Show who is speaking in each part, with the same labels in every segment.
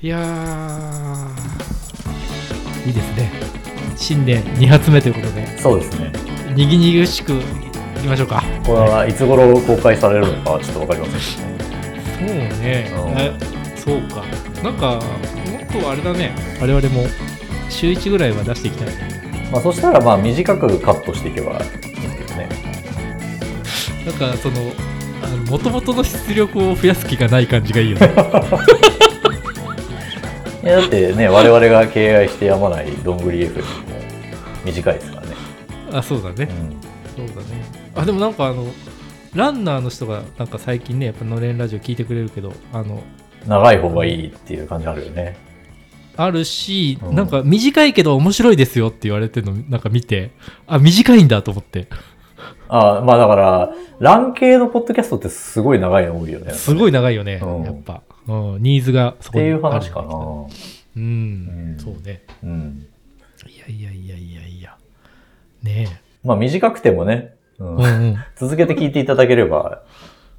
Speaker 1: いやーいいですね新年2発目ということで
Speaker 2: そうですね。
Speaker 1: にぎにぎしくいきましょうか
Speaker 2: これはいつ頃公開されるのかはちょっとわかりませんけどね。
Speaker 1: そうね
Speaker 2: うん
Speaker 1: えそうかなんかもっとあれだね我々も週1ぐらいは出していきたいね
Speaker 2: まあ、そしたらまあ短くカットしていけばいいんですけどね。
Speaker 1: なんかそのあの元々の出力を増やす気がない感じがいいよね
Speaker 2: いやだってね、我々が敬愛してやまないどんぐり FM も短いですからね。
Speaker 1: あそうだね
Speaker 2: うん
Speaker 1: そうだねあでもなんかあのランナーの人がなんか最近ねやっぱのれんラジオ聞いてくれるけどあの
Speaker 2: 長い方がいいっていう感じあるよね。
Speaker 1: あるし、
Speaker 2: うん
Speaker 1: なんか短いけど面白いですよって言われてるのなんか見てあ短いんだと思って
Speaker 2: あまあだから、ラン系のポッドキャストってすごい長いの多いよね。
Speaker 1: すごい長いよね、
Speaker 2: うん
Speaker 1: やっぱ、うん、ニーズがそ
Speaker 2: っ
Speaker 1: こ
Speaker 2: て
Speaker 1: に
Speaker 2: い
Speaker 1: ある
Speaker 2: う話か
Speaker 1: う
Speaker 2: な。
Speaker 1: ん、
Speaker 2: うん
Speaker 1: そうね
Speaker 2: うん。
Speaker 1: いやいやいやいやいやね
Speaker 2: まあ短くてもね、う
Speaker 1: え
Speaker 2: ん
Speaker 1: うんうん
Speaker 2: 続けて聞いていただければ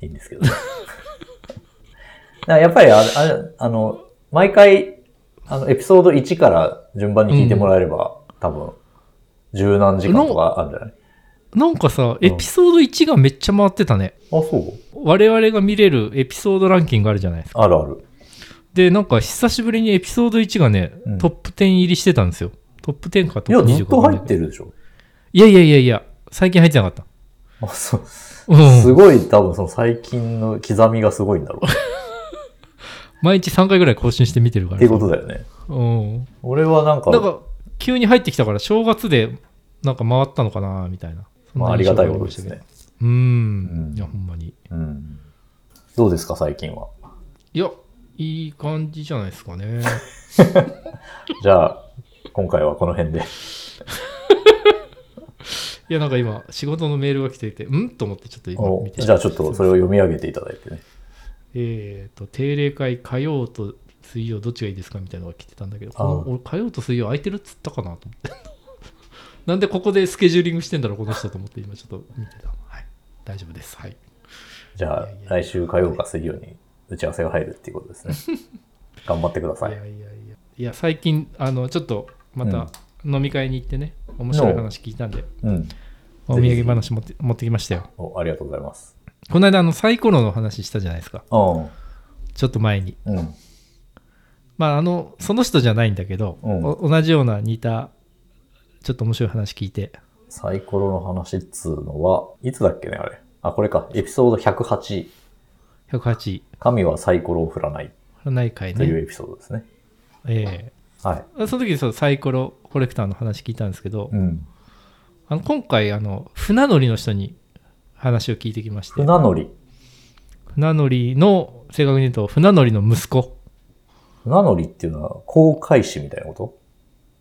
Speaker 2: いいんですけど、ね、だからやっぱりあれ、あれあの、毎回、あの、エピソード1から順番に聞いてもらえれば、多分、十何時間とかあるんじゃない
Speaker 1: なんかさエピソード1がめっちゃ回ってたね
Speaker 2: あ、そう
Speaker 1: 我々が見れるエピソードランキングあるじゃないですか
Speaker 2: あるある。
Speaker 1: でなんか久しぶりにエピソード1がね、
Speaker 2: うん
Speaker 1: トップ10入りしてたんですよトップ10か
Speaker 2: い
Speaker 1: トッ
Speaker 2: や、
Speaker 1: プ25
Speaker 2: ずっと入ってるでしょ。
Speaker 1: いやいやいやいや最近入ってなかった
Speaker 2: あ、そう。
Speaker 1: うん
Speaker 2: すごい、多分その最近の刻みがすごいんだ ろう。
Speaker 1: 毎日3回ぐらい更新して見てるから
Speaker 2: っ
Speaker 1: さ
Speaker 2: ていうことだよね。
Speaker 1: うん
Speaker 2: 俺はなんか、
Speaker 1: なんか急に入ってきたから正月でなんか回ったのかなみたいなそん
Speaker 2: ま
Speaker 1: な
Speaker 2: あ、ありがたいことです
Speaker 1: 印象があり
Speaker 2: ね
Speaker 1: ま。したけどう
Speaker 2: うんん
Speaker 1: いやほんまに
Speaker 2: うん。どうですか、最近は。
Speaker 1: いやいい感じじゃないですかね
Speaker 2: じゃあ、今回はこの辺で。
Speaker 1: いやなんか今仕事のメールが来ていてうんと思ってちょっと今
Speaker 2: お
Speaker 1: 見て
Speaker 2: じゃあちょっとそれを読み上げていただいてね。
Speaker 1: えー、と定例会火曜と水曜どっちがいいですかみたいなのが来てたんだけどこ
Speaker 2: あ
Speaker 1: の
Speaker 2: ー
Speaker 1: 俺火曜と水曜空いてるっつったかなと思って なんでここでスケジューリングしてんだろうこの人と思って今ちょっと見てたはい大丈夫ですはい
Speaker 2: じゃあ
Speaker 1: いやいや
Speaker 2: 来週火曜か水曜に打ち合わせが入るっていうことで すね。頑張ってくださ
Speaker 1: い
Speaker 2: い
Speaker 1: や。いやいやいや最近あのちょっとまた飲み会に行ってね、面白い話聞いたんで
Speaker 2: うん。
Speaker 1: お土産話持って持ってきましたよ
Speaker 2: おありがとうございます。
Speaker 1: この間あのサイコロの話したじゃないですかち
Speaker 2: う
Speaker 1: ょっと前に
Speaker 2: ん。うん。
Speaker 1: まああのその人じゃないんだけど、
Speaker 2: うん
Speaker 1: お同じような似たちょっと面白い話聞いて
Speaker 2: サイコロの話っつうのは、いつだっけね、あれ。あ、これか。エピソード108。
Speaker 1: 108
Speaker 2: 神はサイコロを振らない
Speaker 1: 占い会
Speaker 2: という
Speaker 1: ね
Speaker 2: エピソードですね。
Speaker 1: え
Speaker 2: はい。
Speaker 1: えその時にそうサイコロコレクターの話聞いたんですけど、
Speaker 2: うん。
Speaker 1: あの今回あの船乗りの人に話を聞いてきまして
Speaker 2: 船乗り。
Speaker 1: 船乗りの正確に言うと船乗りの息子
Speaker 2: 船乗りっていうのは、航海士みたいなこ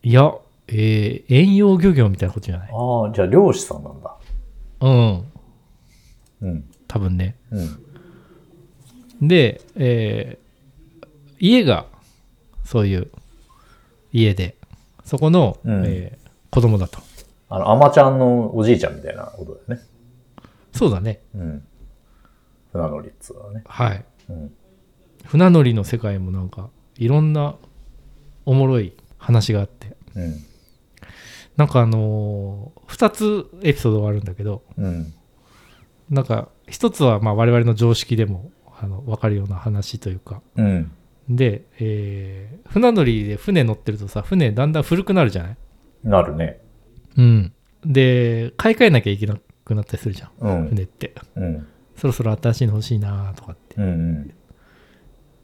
Speaker 1: いや、えー、遠洋漁業みたいなことじゃない
Speaker 2: とああ、じゃあ漁師さんなんだ。
Speaker 1: うん、
Speaker 2: うん。
Speaker 1: 多分ね。
Speaker 2: うん。
Speaker 1: で、えー家が、そういう家で、そこの、
Speaker 2: うん
Speaker 1: えー子供だと。
Speaker 2: あの、アマちゃんのおじいちゃんみたいなことだよね。
Speaker 1: そうだね。
Speaker 2: うん。船乗りっつうのはね。
Speaker 1: はい。
Speaker 2: うん。
Speaker 1: 船乗りの世界もなんか、いろんなおもろい話があって。
Speaker 2: うん。
Speaker 1: なんかあの2つエピソードがあるんだけど、
Speaker 2: うん。
Speaker 1: なんか1つはまあ我々の常識でもあの分かるような話というか、
Speaker 2: うん。
Speaker 1: で、えー船乗りで船乗ってるとさ船だんだん古くなるじゃない
Speaker 2: なるね。
Speaker 1: うんで買い替えなきゃいけなくなったりするじゃん
Speaker 2: うん。
Speaker 1: 船って
Speaker 2: うん。
Speaker 1: そろそろ新しいの欲しいなとかって
Speaker 2: うん。うん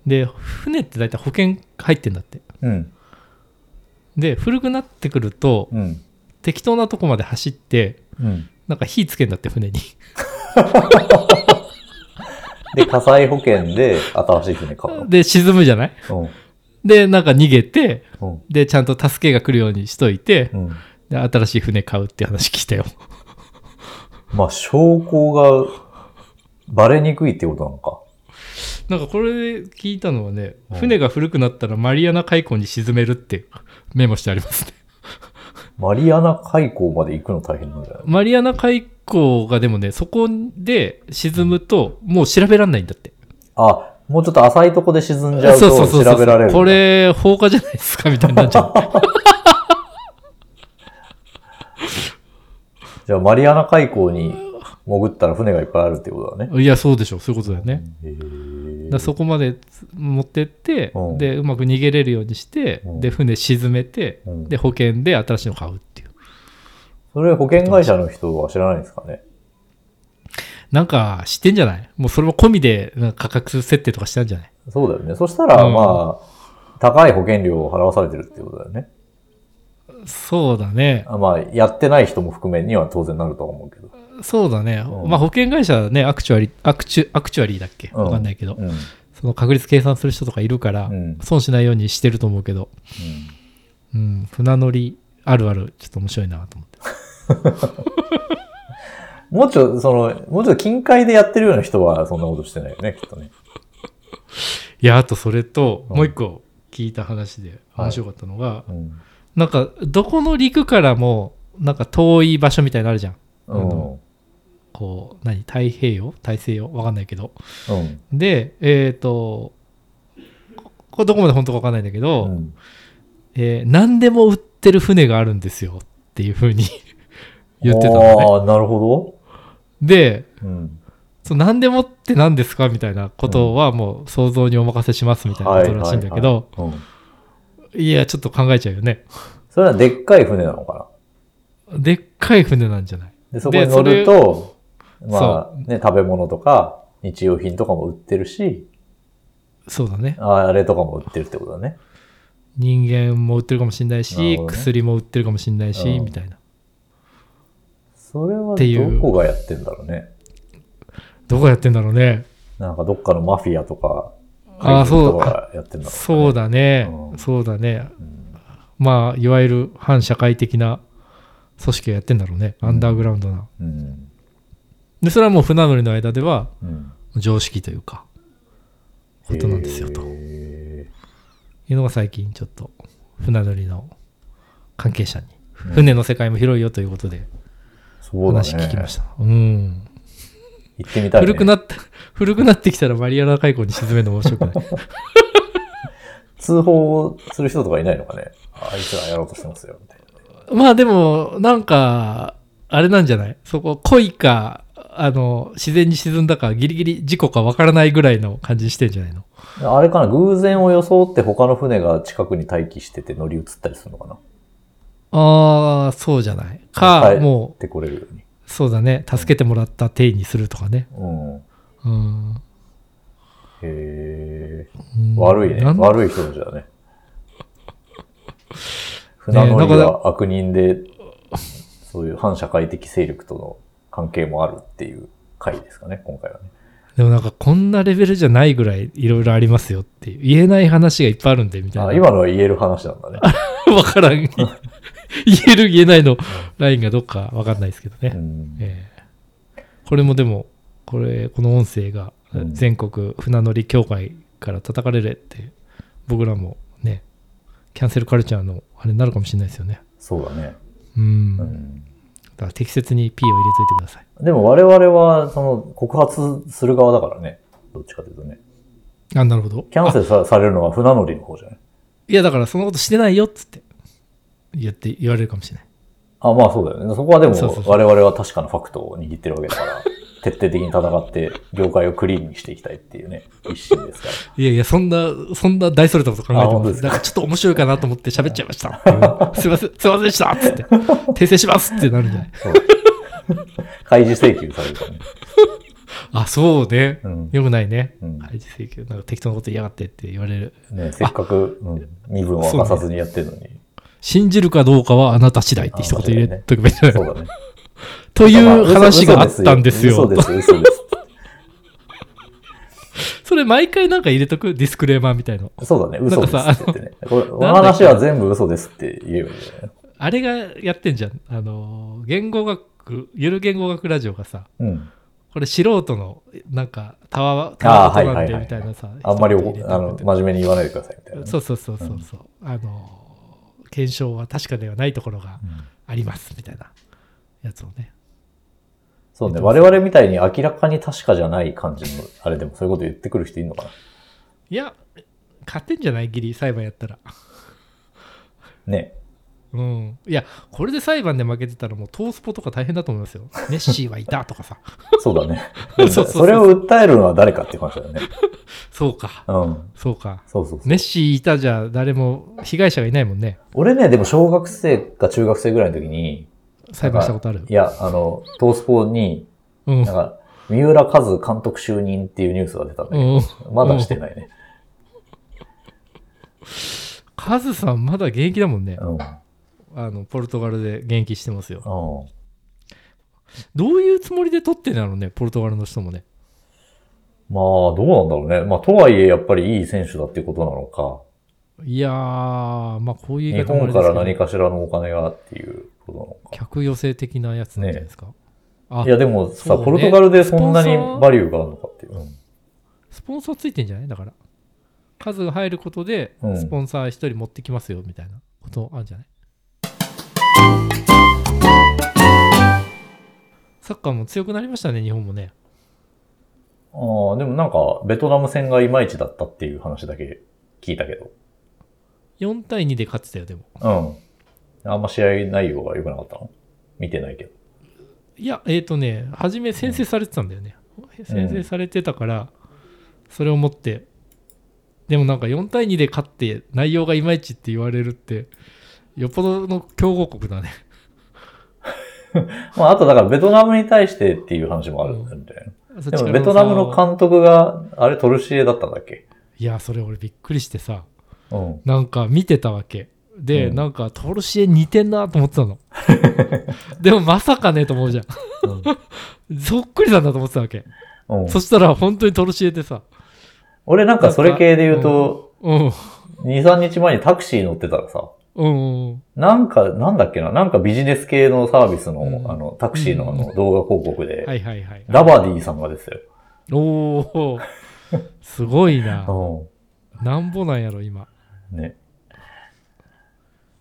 Speaker 1: で船って大体保険入ってんだって
Speaker 2: うん。
Speaker 1: で古くなってくると
Speaker 2: うん。
Speaker 1: 適当なとこまで走って
Speaker 2: うん。
Speaker 1: なんか火つけんだって船に
Speaker 2: で、火災保険で新しい船買うの。
Speaker 1: で沈むじゃないでなんか逃げて
Speaker 2: うん。うん。
Speaker 1: でちゃんと助けが来るようにしといて
Speaker 2: うん。
Speaker 1: で新しい船買うって話聞いたよ
Speaker 2: まあ、証拠がバレにくいってことなのか。
Speaker 1: なんかこれで聞いたのはね、
Speaker 2: うん
Speaker 1: 船が古くなったらマリアナ海溝に沈めるってメモしてありますね。
Speaker 2: マリアナ海溝まで行くの大変なんじゃない
Speaker 1: マリアナ海溝がでもね、そこで沈むともう調べらんないんだって。
Speaker 2: あ、もうちょっと浅いとこで沈んじゃう
Speaker 1: そ
Speaker 2: と
Speaker 1: うそうそうそう
Speaker 2: 調べられる。
Speaker 1: こ。れ、放火じゃないですかみたいになっちゃう。
Speaker 2: じゃあ、マリアナ海溝に潜ったら船がいっぱいあるってこと だね。
Speaker 1: いや、そうでしょ。そういうことだよね。
Speaker 2: へ
Speaker 1: だ
Speaker 2: ー
Speaker 1: からそこまでつ持ってって、
Speaker 2: うん
Speaker 1: で、うまく逃げれるようにして、
Speaker 2: うん
Speaker 1: で、船沈めて、
Speaker 2: うん
Speaker 1: で、保険で新しいの買うっていう。
Speaker 2: それ保険会社の人は知らないんですかね。
Speaker 1: なんか、知ってんじゃないもうそれも込みで、なんか価格設定とかしたんじゃない
Speaker 2: そうだよね。そしたら、
Speaker 1: うん
Speaker 2: まあ、高い保険料を払わされてるってことだよね。
Speaker 1: そうだね。
Speaker 2: あまあ、やってない人も含めには当然なるとは思うけど。
Speaker 1: そうだね。
Speaker 2: うん
Speaker 1: まあ、保険会社はね、アクチュアリー、アクチュ、アクチュアリーだっけわかんないけど、
Speaker 2: うん。うん
Speaker 1: その確率計算する人とかいるから、
Speaker 2: うん
Speaker 1: 損しないようにしてると思うけど、うん、船乗りあるある、ちょっと面白いなと思って。
Speaker 2: もうちょ、その、もうちょっと近海でやってるような人はそんなことしてないよね、きっとね。
Speaker 1: いや、あとそれと、
Speaker 2: うん
Speaker 1: もう一個聞いた話で面白かったのが、
Speaker 2: うん。
Speaker 1: なんか、どこの陸からも、なんか遠い場所みたいなのあるじゃん。
Speaker 2: うん。
Speaker 1: こう、何太平洋大西洋わかんないけど。
Speaker 2: うん。
Speaker 1: で、えっ、と、これどこまで本当かわかんないんだけど、
Speaker 2: うん
Speaker 1: えー何でも売ってる船があるんですよっていうふうに 言ってたのね。
Speaker 2: ああ、なるほ
Speaker 1: で、
Speaker 2: ど。うん。
Speaker 1: その何でもって何ですかみたいなことはもう想像にお任せしますみたいなことらしいんだけど、
Speaker 2: はいはいはいうん
Speaker 1: いや、ちょっと考えちゃうよね。
Speaker 2: それはでっかい船なのか
Speaker 1: でっかい船なんじゃない
Speaker 2: なで、そこに
Speaker 1: で
Speaker 2: 乗ると、
Speaker 1: そ
Speaker 2: まあ、ね、食べ物とか、日用品とかも売ってるし、
Speaker 1: そうだね。
Speaker 2: ああれとかも売ってるってことだね。
Speaker 1: 人間も売ってるかもしれないし、
Speaker 2: なるほどね
Speaker 1: 薬も売ってるかもしれないし、
Speaker 2: うん
Speaker 1: みたいな
Speaker 2: それは
Speaker 1: っていう
Speaker 2: どこがやってんだろうね。
Speaker 1: どこやってんだろうね
Speaker 2: なんかどっかのマフィアとか、
Speaker 1: ああ
Speaker 2: 海軍と
Speaker 1: そう
Speaker 2: かがやってんだろうね。
Speaker 1: そうだね、
Speaker 2: うん
Speaker 1: そうだね
Speaker 2: うん。
Speaker 1: まあいわゆる反社会的な組織がやってんだろうねアンダーグラウンドな、
Speaker 2: うん。
Speaker 1: でそれはもう船乗りの間では
Speaker 2: うん。
Speaker 1: 常識というかことなんですよと
Speaker 2: へ
Speaker 1: いうのが最近ちょっと船乗りの関係者に船の世界も広いよということで
Speaker 2: ーそうだね。
Speaker 1: 話聞きましたうん
Speaker 2: 行ってみたいね。
Speaker 1: 古くなって 古くなってきたらマリアナ海溝に沈めるの面白くない
Speaker 2: 通報する人とかいないのかね。あいつらやろうとしてますよ、みたいな。
Speaker 1: まあでも、なんか、あれなんじゃないそこ、恋か、あの、自然に沈んだか、ギリギリ事故かわからないぐらいの感じにしてんじゃないの
Speaker 2: あれかな偶然を装って他の船が近くに待機してて乗り移ったりするのかな
Speaker 1: ああ、そうじゃないか、
Speaker 2: 帰
Speaker 1: も
Speaker 2: ってこれるように。
Speaker 1: う、そうだね、助けてもらった体にするとかね。
Speaker 2: うん。
Speaker 1: うん。
Speaker 2: へえ。
Speaker 1: うん
Speaker 2: 悪いね。
Speaker 1: なん
Speaker 2: 悪い人たちだね。船乗りが悪人で、そういう反社会的勢力との関係もあるっていう回ですかね、今回はね。
Speaker 1: でもなんか、こんなレベルじゃないぐらいいろいろありますよっていう、言えない話がいっぱいあるんで、みたい
Speaker 2: あ
Speaker 1: な。
Speaker 2: 今のは言える話なんだね。
Speaker 1: わからん。言える、言えないのラインがどっかわかんないですけどね。
Speaker 2: うん
Speaker 1: ええこれもでもこれこの音声が
Speaker 2: うん
Speaker 1: 全国船乗り協会から叩かれるって僕らもねキャンセルカルチャーのあれになるかもしれないですよね
Speaker 2: そうだね。
Speaker 1: うん、
Speaker 2: う
Speaker 1: だ
Speaker 2: ん
Speaker 1: から適切に P を入れといてください
Speaker 2: でも我々は、その、告発する側だからね。どっちかというとね。
Speaker 1: あなるほど
Speaker 2: キャンセルさされるのは船乗りの方じゃない
Speaker 1: いやだからそんなことしてないよっつって言って言われるかもしれない
Speaker 2: あ、まあそうだよね。そこはでも
Speaker 1: そうそうそう
Speaker 2: 我々は確かなファクトを握ってるわけだ から、徹底的に戦って業界をクリーンにしていきたいっていうね、一心ですから。
Speaker 1: いやいやそんなそんな大それたこと考え
Speaker 2: あ
Speaker 1: て
Speaker 2: 本当
Speaker 1: ま
Speaker 2: ですすか
Speaker 1: だからちょっと面白いかなと思って喋っちゃいました っていうすいませんすいませんでしたっつって訂正しますってなるんじゃない
Speaker 2: そう開示請求されるからね。
Speaker 1: あそうね、
Speaker 2: うん
Speaker 1: よくないね、
Speaker 2: うん
Speaker 1: 開示請求なんか適当なこと言いやがってって言われる
Speaker 2: ねせっかく、うん、身分を明かさずにやってるのに。
Speaker 1: 信じるかどうかはあなた次第って一言入れとけばいいんじゃない
Speaker 2: そう
Speaker 1: の
Speaker 2: だね。
Speaker 1: とい
Speaker 2: まあ
Speaker 1: う
Speaker 2: 嘘
Speaker 1: 話があったんですよ
Speaker 2: 嘘ですよ、嘘です、嘘
Speaker 1: それ毎回なんか入れとくディスクレーマーみたいの
Speaker 2: です。そうだね、嘘ですって言ってね。これこの
Speaker 1: なんだっけ
Speaker 2: 話は全部嘘ですって言えばいいんだよね。
Speaker 1: あれがやってんじゃんあのー言語学ゆる言語学ラジオがさ
Speaker 2: うん。
Speaker 1: これ素人のなんかたわた
Speaker 2: あ
Speaker 1: わ
Speaker 2: あ
Speaker 1: ごとな
Speaker 2: は
Speaker 1: ん
Speaker 2: い
Speaker 1: で
Speaker 2: はいはい
Speaker 1: みたいなさ
Speaker 2: あんまりお
Speaker 1: 一言入れ
Speaker 2: あ
Speaker 1: と
Speaker 2: の
Speaker 1: く
Speaker 2: 真面目に言わないでくださいみたいなね、
Speaker 1: そうそうそうそうそう、あのー検証は確かではないところが
Speaker 2: うん
Speaker 1: ありますみたいなやつをね
Speaker 2: そうね。我々みたいに明らかに確かじゃない感じの、あれでもそういうこと言ってくる人いるのかな。
Speaker 1: いや、勝てんじゃないギリ、裁判やったら。
Speaker 2: ね。
Speaker 1: うん。いや、これで裁判で負けてたら、もうトースポとか大変だと思い ますよ。ネッシーはいたとかさ。
Speaker 2: そうだね
Speaker 1: そう。そうそう
Speaker 2: それを訴えるのは誰かって話だよね。
Speaker 1: そうか。
Speaker 2: うん。
Speaker 1: そうか。
Speaker 2: そうそうそう。
Speaker 1: ネッシーいたじゃ、誰も被害者がいないもんね。
Speaker 2: 俺ね、でも小学生か中学生ぐらいの時に、
Speaker 1: 裁判したことある
Speaker 2: い。や、あの、トースポに、
Speaker 1: うん。
Speaker 2: なんか、三浦和監督就任っていうニュースが出たんだけ
Speaker 1: うん。
Speaker 2: ど、まだしてないね。
Speaker 1: カズさん、まだ現役だもんね。
Speaker 2: うん。うん。
Speaker 1: あの、ポルトガルで現役してますよ。どういうつもりで取ってんだろうね、ポルトガルの人もね。
Speaker 2: まあ、どうなんだろうね。まあ、とはいえ、やっぱりいい選手だっていうことなのか、
Speaker 1: いやー、まあこういう
Speaker 2: 日
Speaker 1: 言い方もあ
Speaker 2: 本
Speaker 1: れ
Speaker 2: か
Speaker 1: です
Speaker 2: ら
Speaker 1: けど
Speaker 2: 何かしらのお金がっていうことなのか。
Speaker 1: 客寄せ的なやつなんじゃないですか。あ
Speaker 2: いや、でも
Speaker 1: そ
Speaker 2: さ、
Speaker 1: うだね
Speaker 2: ポルトガルでそんな
Speaker 1: ス
Speaker 2: に
Speaker 1: ポンサー
Speaker 2: バリューがあるのかっていう。うん
Speaker 1: スポンサーついてんじゃないだから。数が入ることで
Speaker 2: う、ん
Speaker 1: スポンサー一人持ってきますよ、みたいなことあるんじゃない、サッカーも強くなりましたね、日本もね。
Speaker 2: ああ、でもなんか、ベトナム戦がいまいちだったっていう話だけ聞いたけど。
Speaker 1: 4対2で勝ってたよ、でも。
Speaker 2: うん。あんま試合内容が良くなかったの見てないけど。
Speaker 1: いや、えっ、とね、初め先制されてたんだよね。先制されてたから、それを持って、でもなんか4対2で勝って、内容がいまいちって言われるって、よっぽどの強豪国だね。
Speaker 2: まあ、あとだからベトナムに対してっていう話もあるんだよね。
Speaker 1: そっ ち
Speaker 2: で
Speaker 1: か
Speaker 2: も
Speaker 1: ら
Speaker 2: ベトナムの
Speaker 1: さ
Speaker 2: 監督が、あれトルシエだったんだっけ
Speaker 1: いや、それ俺びっくりしてさ、
Speaker 2: うん。
Speaker 1: なんか見てたわけ。で、
Speaker 2: うん
Speaker 1: なんかトルシエ似てんなと思って たの。でもまさかねと思うじゃん。そっくりなんだと思ってたわけ。
Speaker 2: うん、
Speaker 1: そしたら本当にトルシエでさ、
Speaker 2: 俺なんかそれ系で言うと、
Speaker 1: うん、
Speaker 2: 2、3日前にタクシー乗ってたらさ、
Speaker 1: うん、うん。
Speaker 2: なんか、なんだっけな、なんかビジネス系のサービスの、
Speaker 1: うん
Speaker 2: あの、タクシーのあ
Speaker 1: う
Speaker 2: の動画広告で、
Speaker 1: はいはいはい。
Speaker 2: ダバディさんがですよ。
Speaker 1: おおすごいな。
Speaker 2: う
Speaker 1: なんぼなんやろ、今。
Speaker 2: ん。ね。っ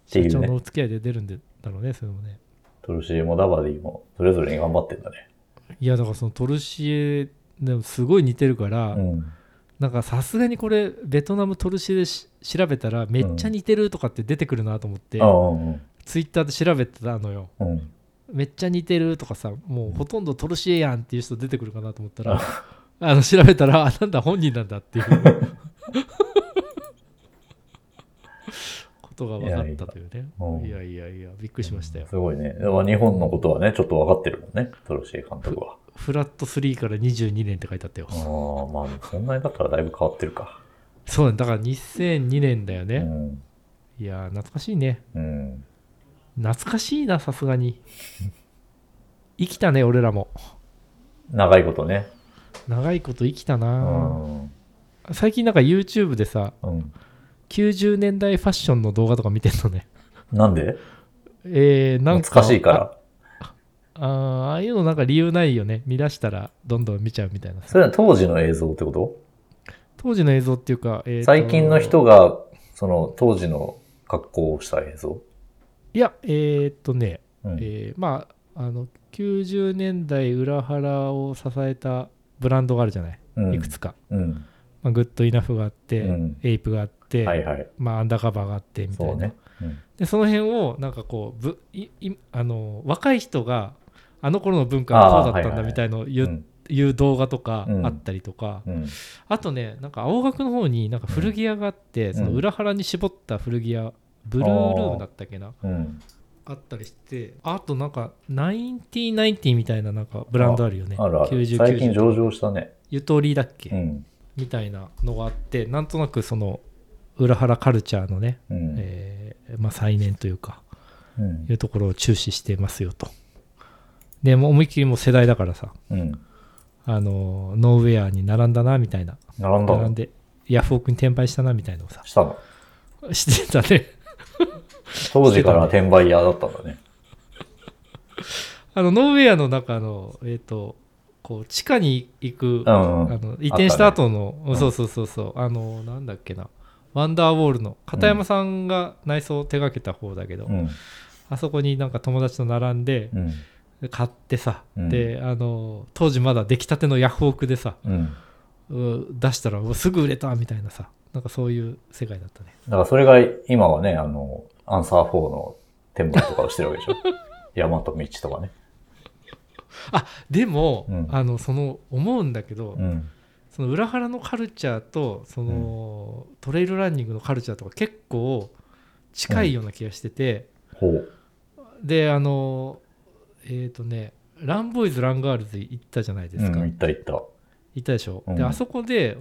Speaker 2: て
Speaker 1: 社
Speaker 2: い
Speaker 1: 長
Speaker 2: う
Speaker 1: の
Speaker 2: ね。
Speaker 1: お付き合いで出るんでだろうね、それもね。
Speaker 2: トルシエもダバディも、それぞれに頑張ってんだね。
Speaker 1: いや、だからそのトルシエ、でもすごい似てるから、
Speaker 2: うん。
Speaker 1: なんかさすがにこれ、ベトナムトルシエでし調べたら、めっちゃ似てるとかって出てくるなと思って、
Speaker 2: ああ、うん。
Speaker 1: ツイッターで調べてたのよ。
Speaker 2: うん。
Speaker 1: めっちゃ似てるとかさ、もうほとんどトルシエやんっていう人出てくるかなと思ったら、 あの調べたら、あなんだ、本人なんだっていうことが分かったというね。
Speaker 2: うん
Speaker 1: いやいやいや、びっくりしましたよ。
Speaker 2: すごいね。まあ日本のことはね、ちょっと分かってるもんね、トロシエ監督は。
Speaker 1: フラット3から22年って書いてあったよ
Speaker 2: あ。あ、まあ、そんなにだったらだいぶ変わってるか。
Speaker 1: そうね、だから2002年だよ
Speaker 2: う
Speaker 1: ね。
Speaker 2: ん。
Speaker 1: いやー、懐かしいね。
Speaker 2: うん。
Speaker 1: 懐かしいな、さすがに。生きたね、俺らも。
Speaker 2: 長いことね。
Speaker 1: 長いこと生きた
Speaker 2: う
Speaker 1: な、
Speaker 2: ん。
Speaker 1: 最近なんか YouTube でさ、
Speaker 2: うん。
Speaker 1: 90年代ファッションの動画とか見てんのね。
Speaker 2: なんで
Speaker 1: えー、なんか。
Speaker 2: 懐かしいか
Speaker 1: あ。
Speaker 2: ら。
Speaker 1: あーああいうのなんか理由ないよね。見出したらどんどん見ちゃうみたいなさ。
Speaker 2: それは当時の映像ってこと
Speaker 1: 当時の映像っていうか、えーと
Speaker 2: 最近の人が、その当時の格好をした映像。
Speaker 1: いや、えーっとね、
Speaker 2: うん
Speaker 1: えーまあ、あの、90年代裏腹を支えたブランドがあるじゃない。
Speaker 2: うん
Speaker 1: いくつか。
Speaker 2: うん。
Speaker 1: まあ、グッドイナフがあって、
Speaker 2: うん
Speaker 1: エイプがあって、
Speaker 2: はいはい。
Speaker 1: まあ、アンダーカバーがあってみたい
Speaker 2: そ
Speaker 1: な。
Speaker 2: うね。
Speaker 1: で、その辺を、なんかこう、ぶいいあの若い人が、あの頃の文化
Speaker 2: あ
Speaker 1: は
Speaker 2: ー
Speaker 1: こうだったん
Speaker 2: はいはい
Speaker 1: だ
Speaker 2: はい
Speaker 1: みたいのを言
Speaker 2: う
Speaker 1: う,、
Speaker 2: ん。
Speaker 1: いう動画とか
Speaker 2: うん
Speaker 1: あったりとか、
Speaker 2: うん。
Speaker 1: あとね、なんか青学の方になんか古着屋があって、その裏腹に絞った古着屋、ブルールームだったっけな、
Speaker 2: うん。
Speaker 1: あったりして、あとなんか、ナインティナインティみたいななんかブランドあるよね。
Speaker 2: あるある。
Speaker 1: 90
Speaker 2: 最近
Speaker 1: 90
Speaker 2: 上場したね。
Speaker 1: ゆとりだっけ、
Speaker 2: うん。
Speaker 1: みたいなのがあって、なんとなくその、裏腹カルチャーのね、
Speaker 2: うん。
Speaker 1: えーまあ、再燃というか、
Speaker 2: うん
Speaker 1: いうところを注視してますよと。で、もう思いっきりもう世代だからさ、
Speaker 2: うん。
Speaker 1: あの、ノーウェアに並んだな、みたいな。
Speaker 2: 並んだ
Speaker 1: 並ん
Speaker 2: の
Speaker 1: で、ヤフオクに転売したな、みたいなのをさ、
Speaker 2: したの
Speaker 1: してたね。
Speaker 2: 当時から転売屋だったんだね。
Speaker 1: あの、ノーウェアの中の、えっ、と、こう、地下に行く、
Speaker 2: う
Speaker 1: あ
Speaker 2: んうん。
Speaker 1: の移転した
Speaker 2: あっ
Speaker 1: 後の、うん
Speaker 2: うん
Speaker 1: そうそうそうそう、あの、なんだっけな、ワンダーウォールの、片山さんが内装を手掛けた方だけど、
Speaker 2: うん。
Speaker 1: あそこになんか友達と並んで、
Speaker 2: うん。
Speaker 1: 買ってさ、
Speaker 2: うん
Speaker 1: で、あの、当時まだ出来たてのヤフオクでさ、
Speaker 2: うん。
Speaker 1: うん出したらうわすぐ売れたみたいなさなんかそういう世界だったね
Speaker 2: だからそれが今はね、あの、アンサー4の天文とかをしてるわけで しょ。山と道とかね。
Speaker 1: でも、
Speaker 2: うん
Speaker 1: あのその思うんだけど、
Speaker 2: うん。
Speaker 1: その裏腹のカルチャーとその、トレイルランニングのカルチャーとか結構近いような気がしてて、
Speaker 2: ほう。
Speaker 1: であのえっ、とねランボーイズランガールズ行ったじゃないで
Speaker 2: う
Speaker 1: す
Speaker 2: ん、
Speaker 1: か、
Speaker 2: 行った行った。
Speaker 1: 行ったでしょ、
Speaker 2: うん
Speaker 1: であそこで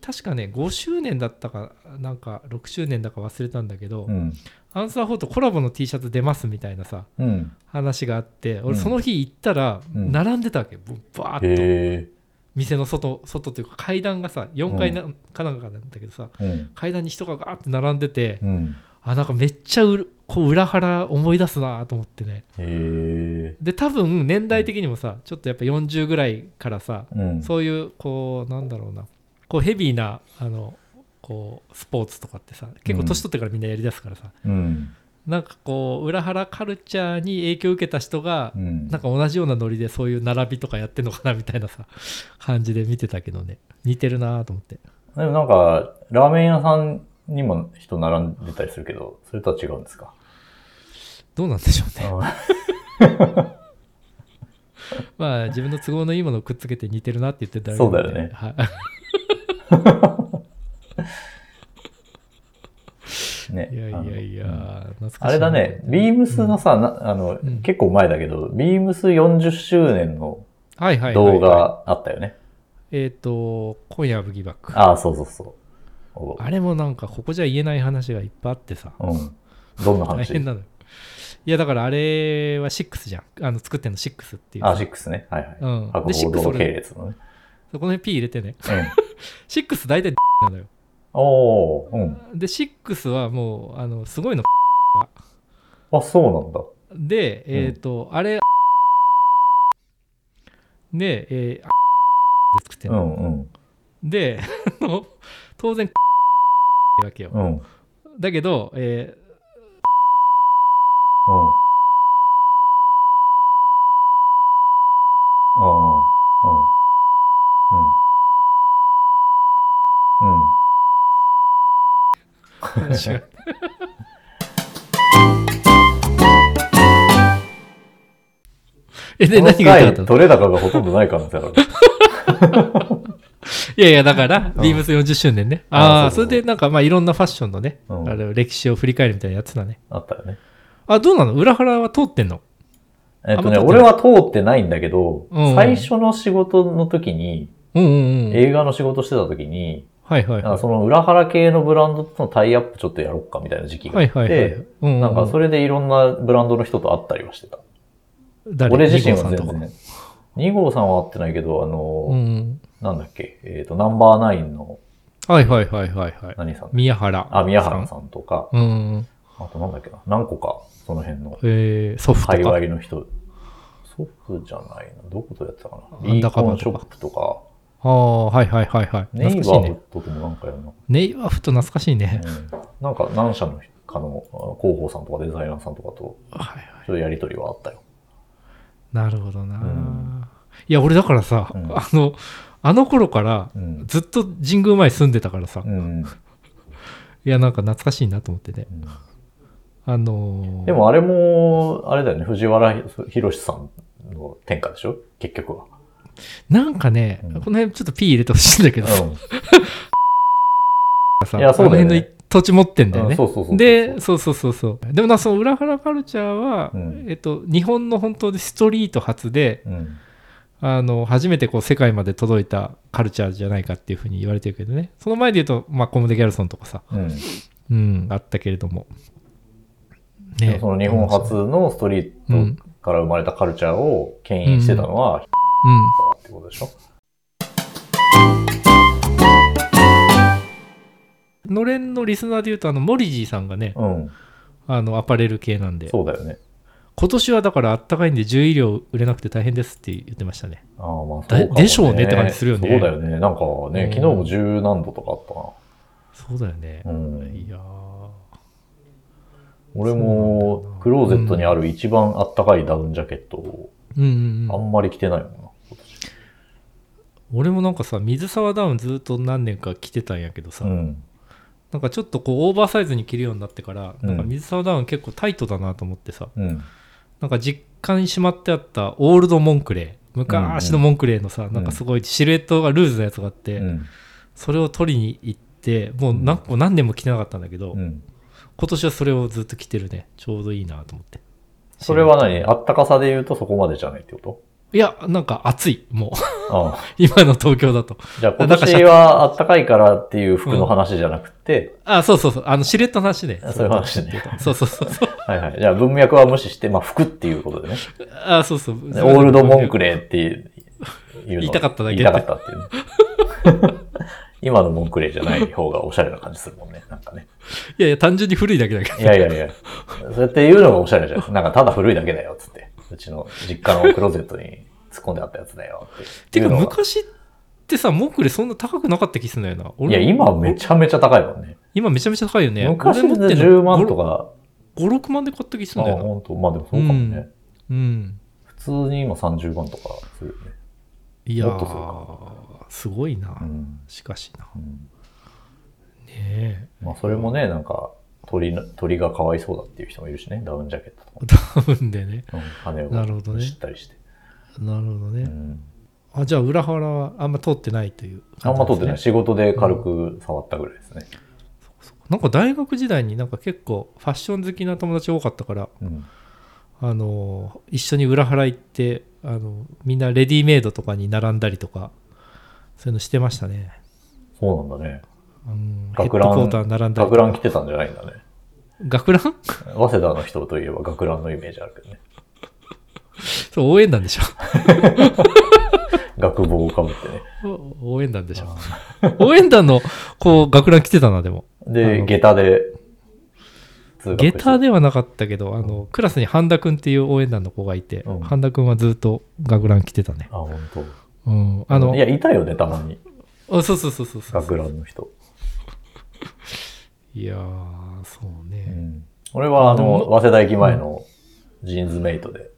Speaker 1: 確かね5周年だったかなんか6周年だか忘れたんだけど、
Speaker 2: うん。
Speaker 1: アンサー4とコラボの T シャツ出ますみたいなさ
Speaker 2: うん。
Speaker 1: 話があって
Speaker 2: う
Speaker 1: 俺
Speaker 2: ん
Speaker 1: その日行ったら
Speaker 2: うん
Speaker 1: 並んでたわけ、ぶバーッと
Speaker 2: へ
Speaker 1: 店の外外というか階段がさ4階なかなんかなんだけどさ
Speaker 2: え。うん。
Speaker 1: 階段に人がガーって並んでて、
Speaker 2: うん。
Speaker 1: あなんかめっちゃうるこう裏腹思い出すなと思ってね
Speaker 2: へえ。
Speaker 1: で多分年代的にもさちょっとやっぱ40ぐらいからさ、
Speaker 2: うん。
Speaker 1: そういうこうなんだろうなこうヘビーなあのこうスポーツとかってさ結構年取ってからみんなやりだすからさ、
Speaker 2: うん。
Speaker 1: なんかこう裏腹カルチャーに影響を受けた人が、
Speaker 2: うん
Speaker 1: なんか同じようなノリでそういう並びとかやってんのかなみたいなさ感じで見てたけどね似てるなと思って
Speaker 2: でもなんか、ラーメン屋さんにも人並んでたりするけど、それとは違うんですか
Speaker 1: どうなんでしょうね
Speaker 2: あ
Speaker 1: まあ自分の都合のいいものをくっつけて似てるなって言ってた
Speaker 2: そうだよね
Speaker 1: はい、
Speaker 2: ーね。
Speaker 1: いやいやい
Speaker 2: あの。うん
Speaker 1: や、懐かしいな
Speaker 2: あれだね、ビームスのさ、なあの、
Speaker 1: うん
Speaker 2: 結構前だけど、ビームス40周年の
Speaker 1: はいはいはいはい
Speaker 2: 動画あったよね。
Speaker 1: えっ、と、今夜はブギーバック。あ
Speaker 2: ああ、そうそうそうお。
Speaker 1: れもなんか、ここじゃ言えない話がいっぱいあってさ、
Speaker 2: うん。どんな
Speaker 1: 大
Speaker 2: 話
Speaker 1: 変なのよ。いや、だからあれは6じゃん。あの作ってんの6っていうさ。
Speaker 2: あ、6ね。はいはい。
Speaker 1: うん
Speaker 2: 博
Speaker 1: で
Speaker 2: 報堂
Speaker 1: 6
Speaker 2: 系列のね。
Speaker 1: そこの辺 P 入れてね。
Speaker 2: うん。
Speaker 1: 6大体なのよ。
Speaker 2: おお、うん。
Speaker 1: で、6はもう、あのすごいの。
Speaker 2: あ、そう
Speaker 1: で、えっ、と、あれ、で、えー、で作ってん
Speaker 2: な
Speaker 1: の。
Speaker 2: んだ。うん
Speaker 1: で、 あの当然、 わけよ。
Speaker 2: うん。うん。うん。
Speaker 1: だけど、えー
Speaker 2: ああ。うん。うん。
Speaker 1: 話が え、で、
Speaker 2: この
Speaker 1: 何が言いたかっ
Speaker 2: 回
Speaker 1: たの
Speaker 2: 取れ高がほとんどない可能性ある。
Speaker 1: いやいや、だから、
Speaker 2: うん
Speaker 1: ビームス40周年ね。
Speaker 2: あ
Speaker 1: ああ、
Speaker 2: そ
Speaker 1: そう
Speaker 2: そう
Speaker 1: れでなんか、まあ、いろんなファッションのね、
Speaker 2: うん
Speaker 1: あれ歴史を振り返るみたいなやつだね。
Speaker 2: あったよね。
Speaker 1: あ、どうなの裏腹は通ってんの
Speaker 2: えっと
Speaker 1: あ
Speaker 2: ね、
Speaker 1: んま撮ってない
Speaker 2: 俺は通ってないんだけど、
Speaker 1: うん
Speaker 2: 最初の仕事の時に、
Speaker 1: うんうんうん。
Speaker 2: 映画の仕事してた時に、
Speaker 1: はいはい
Speaker 2: なん
Speaker 1: は
Speaker 2: かその裏腹系のブランドとのタイアップちょっとやろっかみたいな時期
Speaker 1: い。
Speaker 2: が
Speaker 1: は
Speaker 2: あ
Speaker 1: い
Speaker 2: っ
Speaker 1: はいはい
Speaker 2: て、。
Speaker 1: うう
Speaker 2: なんかそれでいろんなブランドの人と会ったりはしてた。
Speaker 1: 誰
Speaker 2: 俺自身は
Speaker 1: 二号
Speaker 2: 全
Speaker 1: さんとか
Speaker 2: 然。2号さんは会ってないけど、あの、
Speaker 1: うんうん。
Speaker 2: なんだっけ、えっ、と、ナンバーナインの
Speaker 1: はいはいはいはいはい。
Speaker 2: 何さん
Speaker 1: 宮原。
Speaker 2: あ、宮原さんとか、
Speaker 1: ん。うん。
Speaker 2: あとなんだっけな、何個か、その辺の、
Speaker 1: えー、ソフ
Speaker 2: 界
Speaker 1: トか
Speaker 2: 隈。の人、祖父じゃないな、どことやってたかな。
Speaker 1: アン
Speaker 2: リ
Speaker 1: ダ
Speaker 2: ー
Speaker 1: ーカ
Speaker 2: コ
Speaker 1: バ
Speaker 2: ン
Speaker 1: ー
Speaker 2: シ
Speaker 1: と
Speaker 2: ョ
Speaker 1: か
Speaker 2: ップとか、
Speaker 1: ああ、はいはいはいはい。
Speaker 2: ネイ
Speaker 1: 懐かしい
Speaker 2: バー
Speaker 1: ね
Speaker 2: ブ。とかもなんかやるな。
Speaker 1: ネイバーフと懐かしいね。
Speaker 2: うんなんか何社のかの広報さんとかデザイナーさんとかと、
Speaker 1: はいはい。
Speaker 2: ちょっとやりとりはあったよ。
Speaker 1: なるほどな、
Speaker 2: うん
Speaker 1: いや俺だからさ、
Speaker 2: うん
Speaker 1: あのあの頃から
Speaker 2: うん。
Speaker 1: ずっと神宮前住んでたからさ、
Speaker 2: う
Speaker 1: い
Speaker 2: ん。
Speaker 1: やなんか懐かしいなと思ってね
Speaker 2: うん
Speaker 1: あのー
Speaker 2: でもあれも、あれだよね、藤原宏さんの天下でしょ結局は。
Speaker 1: なんかね、
Speaker 2: うん
Speaker 1: この辺ちょっと P 入れてほしいんだけどさ、さ
Speaker 2: いやそうだよね
Speaker 1: この辺の土地持ってんだよ
Speaker 2: うん
Speaker 1: ね
Speaker 2: そうそうそうそう。
Speaker 1: でそうそうそうそうでもなその裏腹カルチャーは、
Speaker 2: うん
Speaker 1: えっと、日本の本当でストリート初で
Speaker 2: うん。
Speaker 1: あの初めてこう世界まで届いたカルチャーじゃないかっていうふうに言われてるけどねその前で言うと、まあ、コムデ・ギャルソンとかさ
Speaker 2: うん。
Speaker 1: うん、あったけれども。
Speaker 2: でもその日本初のストリートから生まれたカルチャーを牽引してたのは、
Speaker 1: う
Speaker 2: ってことでしょ
Speaker 1: ん。のれんのリスナーで言うと、あの、モリジーさんがね、
Speaker 2: うん。
Speaker 1: あの、アパレル系なんで、
Speaker 2: そうだよね。
Speaker 1: 今年はだからあったかいんで10医療売れなくて大変ですって言ってましたね。
Speaker 2: ああ、まあそうか
Speaker 1: だ
Speaker 2: もね
Speaker 1: でしょうねって感じするよね
Speaker 2: そうだよね。なんか
Speaker 1: う
Speaker 2: ね
Speaker 1: ん、
Speaker 2: 昨日も十何度とか
Speaker 1: そうだよね
Speaker 2: あった。な。うん。
Speaker 1: いやー
Speaker 2: 俺
Speaker 1: そうなんだよ
Speaker 2: も
Speaker 1: な
Speaker 2: クローゼットにある一番あったかいダウンジャケットを
Speaker 1: うんうん
Speaker 2: あ
Speaker 1: うん。
Speaker 2: んまり着てないもんな。
Speaker 1: 俺もなんかさ水沢ダウンずっと何年か着てたんやけどさ、
Speaker 2: うん。
Speaker 1: なんかちょっとこうオーバーサイズに着るようになってから、
Speaker 2: うん
Speaker 1: なんか水沢ダウン結構タイトだなと思ってさ
Speaker 2: うん。
Speaker 1: なんか実家にしまってあったオールドモンクレー昔のモンクレーのさ、なんかすごいシルエットがルーズなやつがあって、
Speaker 2: うん。
Speaker 1: それを取りに行ってもう何個何年も着てなかったんだけど、
Speaker 2: うん。
Speaker 1: 今年はそれをずっと着てるねちょうどいいなと思って
Speaker 2: それは何あったかさで言うとそこまでじゃないってこ
Speaker 1: いやなんか暑いもう
Speaker 2: とああ。
Speaker 1: 今の東京だと
Speaker 2: じゃあ今年はあったかいからっていう服の話じゃなくて、
Speaker 1: あそうそうそうあのシルエットの話ね
Speaker 2: そういう話ね。
Speaker 1: そうそうそうそう
Speaker 2: はいはい。じゃあ文脈は無視して、まあ服っていうことでね。
Speaker 1: あそうそう
Speaker 2: でオールドモンクレーっていうのを
Speaker 1: 言いたかっただけ
Speaker 2: 言いたかったっていうね。 今のモンクレーじゃない方がおしゃれな感じするもんね。なんかね。
Speaker 1: いやいや単純に古いだけだけど
Speaker 2: いやいやいや。そうやって言うのがおしゃれじゃないなんかただ古いだけだよ、つって。うちの実家のクローゼットに突っ込んであったやつだよっ
Speaker 1: て
Speaker 2: ていう
Speaker 1: か
Speaker 2: のが。
Speaker 1: 昔ってさモンクレそんな高くなかった気すんだよない
Speaker 2: や、
Speaker 1: 俺
Speaker 2: 今めちゃめちゃ高いもんね。
Speaker 1: 今めちゃめちゃ高いよね
Speaker 2: 昔で
Speaker 1: 俺持ってん
Speaker 2: 10万と
Speaker 1: の
Speaker 2: か、
Speaker 1: 56万で買った気す
Speaker 2: ま
Speaker 1: ん
Speaker 2: あ
Speaker 1: だよな
Speaker 2: 本当まあでもそうかもね。
Speaker 1: うんうん
Speaker 2: 普通に今30万とかするよね。
Speaker 1: いや
Speaker 2: もっと
Speaker 1: ーすごいな、
Speaker 2: うん。
Speaker 1: しかしな
Speaker 2: うん
Speaker 1: ね
Speaker 2: まあそれもね、なんか鳥の、鳥がかわいそうだっていう人もいるしね、ダウンジャケットとか、
Speaker 1: え多分でね
Speaker 2: うん、羽を
Speaker 1: なるほどね
Speaker 2: 知ったりして。
Speaker 1: なるほどね、
Speaker 2: うん、
Speaker 1: あじゃあ裏腹はあんま通ってないという感
Speaker 2: あん
Speaker 1: じ
Speaker 2: ま
Speaker 1: で
Speaker 2: 撮っ
Speaker 1: すね
Speaker 2: てない。仕事で軽く触ったぐらいですね。
Speaker 1: なんか大学時代になんか結構ファッション好きな友達多かったから
Speaker 2: うん。
Speaker 1: あの一緒に裏腹行ってあのみんなレディメイドとかに並んだりとかそういうのしてましたね、
Speaker 2: そうなんだね。
Speaker 1: うん、ヘッド
Speaker 2: 学
Speaker 1: ク
Speaker 2: ラン
Speaker 1: ォーター並んだり
Speaker 2: 学ラン着てたんじゃないんだね。
Speaker 1: 学ラン
Speaker 2: 早稲田の人といえば学ランのイメージあるけどね。
Speaker 1: そう応援団でし
Speaker 2: 学帽をかぶってね。
Speaker 1: ょ 応援団でし ょ応援団のこう学ラン着てたなでもあ
Speaker 2: で、
Speaker 1: の
Speaker 2: 下駄で通学
Speaker 1: 下
Speaker 2: して
Speaker 1: 駄ではなかったけどあのクラスに半田君っていう応援団の子がいて、
Speaker 2: うん
Speaker 1: 半田君はずっと学ラン着てたね
Speaker 2: あ、本当。
Speaker 1: うんあの
Speaker 2: いや、いたよね、たまに。
Speaker 1: あそうそうそうそうそう
Speaker 2: 学ランの人。
Speaker 1: いやーそう
Speaker 2: う
Speaker 1: ね、
Speaker 2: ん。俺は、あ
Speaker 1: で
Speaker 2: の、
Speaker 1: も
Speaker 2: 早稲田駅前のジーンズメイ トで、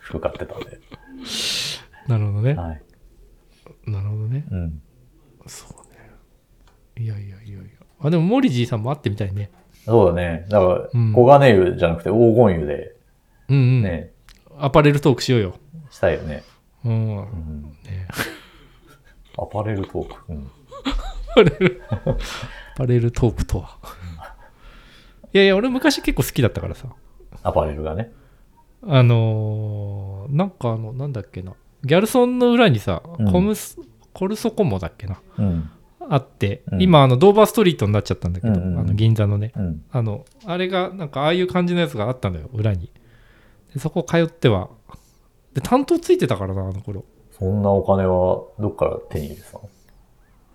Speaker 2: 服買ってたんで。
Speaker 1: なるほどね、
Speaker 2: はい。
Speaker 1: なるほどね
Speaker 2: うん。
Speaker 1: そうねいやいやいやいやあでもモリジーさんも会ってみたいね
Speaker 2: そうだね。だから、
Speaker 1: うん
Speaker 2: 黄金湯じゃなくて黄金湯で
Speaker 1: うんうん、
Speaker 2: ね、
Speaker 1: アパレルトークしようよ
Speaker 2: したいよね。
Speaker 1: うん、
Speaker 2: うん。
Speaker 1: ね
Speaker 2: アパレルトーク。うん。
Speaker 1: アパレルアパレルトークとはいやいや俺昔結構好きだったからさ
Speaker 2: アパレルがね。
Speaker 1: あのーなんかあのなんだっけなギャルソンの裏にさ、
Speaker 2: うん
Speaker 1: コムスコルソコモだっけな
Speaker 2: うん。
Speaker 1: あって、
Speaker 2: うん
Speaker 1: 今あのドーバーストリートになっちゃったんだけど、
Speaker 2: うんうんうん
Speaker 1: あの銀座のね
Speaker 2: うん。
Speaker 1: あの、あれが、なんかああいう感じのやつがあったのよ、裏に。でそこ通っては。で、担当ついてたからな、あの頃。
Speaker 2: そんなお金はどっから手に入れてたの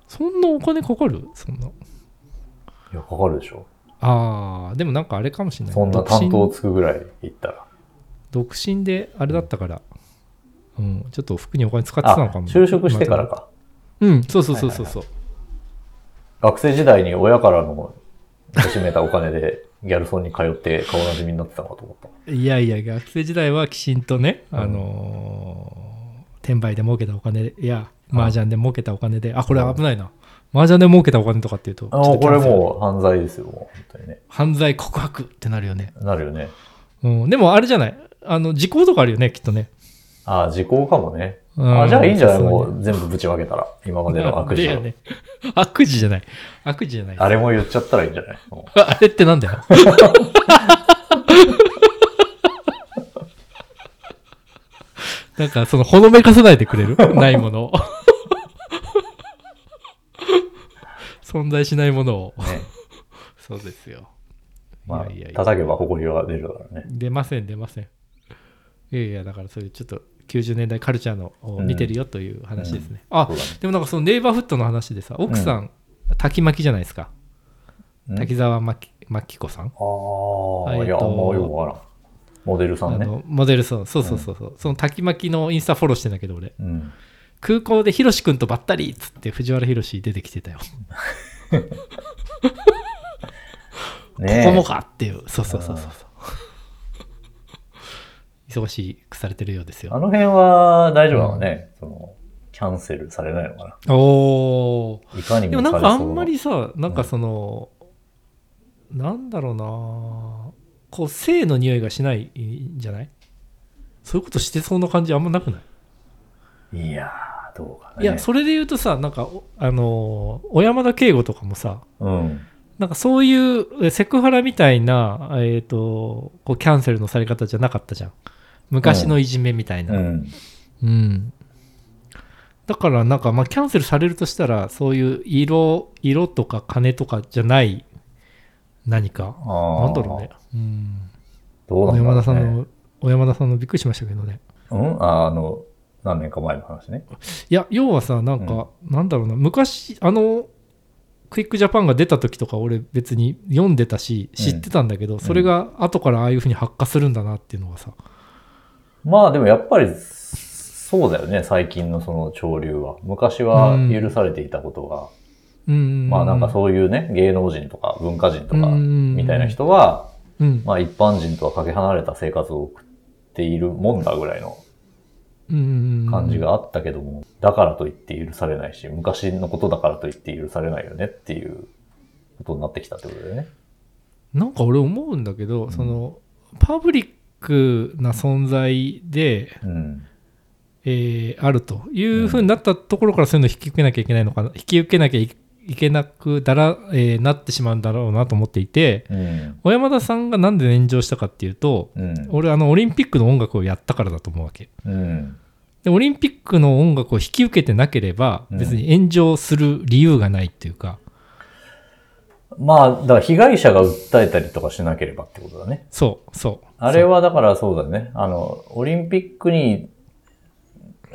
Speaker 1: そんなお金かかるそんな。
Speaker 2: いや、かかるでしょ。
Speaker 1: あー、でもなんかあれかもしれない。
Speaker 2: そんな担当つくぐらい行ったら。
Speaker 1: 独身。独身であれだったから。うん、ちょっと服にお金使ってたの
Speaker 2: あ
Speaker 1: かも。、
Speaker 2: 就職してからか。
Speaker 1: うん、そうそうそうそうそう。
Speaker 2: 学生時代に親からの始めたお金でギャルソンに通って顔なじみになってたのかと思った。
Speaker 1: いやいや、学生時代はきちんとね、
Speaker 2: うん
Speaker 1: あのー転売で儲けたお金いや、麻雀で儲けたお金で、あ、これ危ないな。麻雀で儲けたお金とかっていうと、ちょっ
Speaker 2: あ
Speaker 1: と
Speaker 2: あ、こ
Speaker 1: キャ
Speaker 2: れ
Speaker 1: ンセル
Speaker 2: もう犯罪ですよ、もう本当にね。
Speaker 1: 犯罪告白ってなるよね。
Speaker 2: なるよね。
Speaker 1: うん、でもあれじゃないあの時効とかあるよねきっとね、
Speaker 2: ああ、時効かもね。
Speaker 1: うん
Speaker 2: あじゃあいいんじゃない
Speaker 1: さすがに
Speaker 2: もう全部ぶちまけたら、今までの悪
Speaker 1: で
Speaker 2: 事
Speaker 1: や
Speaker 2: を。
Speaker 1: ね悪事じゃない悪事じゃない
Speaker 2: あれも言っちゃったらいいんじゃないもう
Speaker 1: あれってなん だよなんかそのほのめかさないでくれるないものを存在しないものを
Speaker 2: ね。
Speaker 1: そうですよ
Speaker 2: ま
Speaker 1: いやいやい
Speaker 2: あ、
Speaker 1: や
Speaker 2: 叩けば埃が出るからね。
Speaker 1: 出ません出ませんいやいやだからそういうちょっと90年代カルチャーのを見てるよという話ですね、あ
Speaker 2: そうだね
Speaker 1: でもなんかそのネイバーフットの話でさ奥さん、滝巻じゃないですか
Speaker 2: ん
Speaker 1: 滝沢真紀真紀子さん、
Speaker 2: あ
Speaker 1: え
Speaker 2: あ、
Speaker 1: っ
Speaker 2: いや、あ
Speaker 1: と
Speaker 2: んまよくわからん。モデルさ
Speaker 1: あ
Speaker 2: んね。
Speaker 1: のモデルさんそうそうそうそう、その滝巻のインスタフォローしてんだけど俺
Speaker 2: うん。
Speaker 1: 空港でヒロシ君とばったりっつって藤原ヒロシ出てきてたよ、
Speaker 2: ねえ
Speaker 1: ここもかっていうそうそうそうそうそう忙しくされてるようです
Speaker 2: あ
Speaker 1: よ。
Speaker 2: の辺は大丈夫なのね、その、キャンセルされないのか
Speaker 1: おー
Speaker 2: な。いかに
Speaker 1: で
Speaker 2: も
Speaker 1: もなん
Speaker 2: され
Speaker 1: かあ
Speaker 2: そうん
Speaker 1: まりさ、なんかその、なんだろうな、こう、性の匂いがしないんじゃないそういうことしてそうな感じあんまなくない
Speaker 2: いやー、どうかね。
Speaker 1: いや、それで言うとさ、なんか、おあのー、小山田圭吾とかもさ、
Speaker 2: うん。
Speaker 1: なんかそういうえセクハラみたいな、えっ、と、こうキャンセルのされ方じゃなかったじゃん。昔のいじめみたいな。
Speaker 2: う
Speaker 1: うん。
Speaker 2: ん。
Speaker 1: だからなんか、まあ、キャンセルされるとしたら、そういう色、色とか金とかじゃない何か。
Speaker 2: ああ。
Speaker 1: なんだろうね。。うん。
Speaker 2: どう
Speaker 1: 小
Speaker 2: なんだろう、ね。
Speaker 1: 山田さんの、小山田さんのびっくりしましたけどね。
Speaker 2: うんああの、何年か前の話ね。
Speaker 1: いや、要はさ、なんか、なんだろうな、昔、あの、クイックジャパンが出た時とか、俺、別に読んでたし、知ってたんだけど、それが後からああいうふうに発火するんだなっていうのがさ、
Speaker 2: まあでもやっぱり、そうだよね、最近のその潮流は。昔は許されていたことが、
Speaker 1: うん、
Speaker 2: まあなんか
Speaker 1: う、
Speaker 2: そういうね、芸能人とか文化人とか、
Speaker 1: うん
Speaker 2: みたいな人は、
Speaker 1: うん、
Speaker 2: まあ一般人とはかけ離れた生活を送っているもんだぐらいの
Speaker 1: うん
Speaker 2: 感じ、があったけども、だからといって許されないし、昔のことだからといって許されないよねっていうことになってきたってことだよね。
Speaker 1: なんか俺思うんだけど、その、パブリックな存在で、
Speaker 2: うん。
Speaker 1: えーあるというふうになったところからそういうのを引き受けなきゃいけないのかな、引き受けなきゃいいけなくだら、えーなってしまうんだろうなと思っていて、
Speaker 2: うん。
Speaker 1: 小山田さんがなんで炎上したかっていうと
Speaker 2: うん。
Speaker 1: 俺あのオリンピックの音楽をやったからだと思うわけ
Speaker 2: うん。
Speaker 1: でオリンピックの音楽を引き受けてなければ
Speaker 2: うん
Speaker 1: 別に炎上する理由がないっていうか、
Speaker 2: まあ、だから被害者が訴えたりとかしなければってことだね。
Speaker 1: そうそう
Speaker 2: あれはだからそうだね。あの、オリンピックに、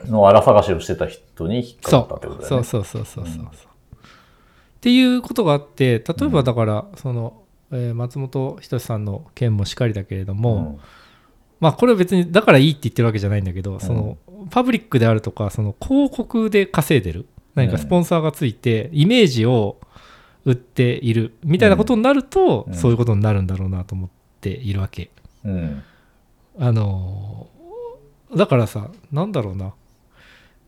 Speaker 2: の荒探しをしてた人に引っかかった
Speaker 1: そ
Speaker 2: ってこと
Speaker 1: う
Speaker 2: だ
Speaker 1: そ
Speaker 2: よ
Speaker 1: う
Speaker 2: ね。
Speaker 1: そうそうそうそうそう
Speaker 2: うん
Speaker 1: っていうことがあって例え
Speaker 2: う
Speaker 1: ば
Speaker 2: ん
Speaker 1: だから、その、えー松本人志さんの件もしかりだけれども、まあこれは別にだからいいって言ってるわけじゃないんだけど、そのパブリックであるとかその広告で稼いでる何かスポンサーがついてイメージを売っているみたいなことになると、
Speaker 2: うん
Speaker 1: そういうことになるんだろうなと思っているわけ。
Speaker 2: うん。うん。
Speaker 1: あのーだからさなんだろうな、ま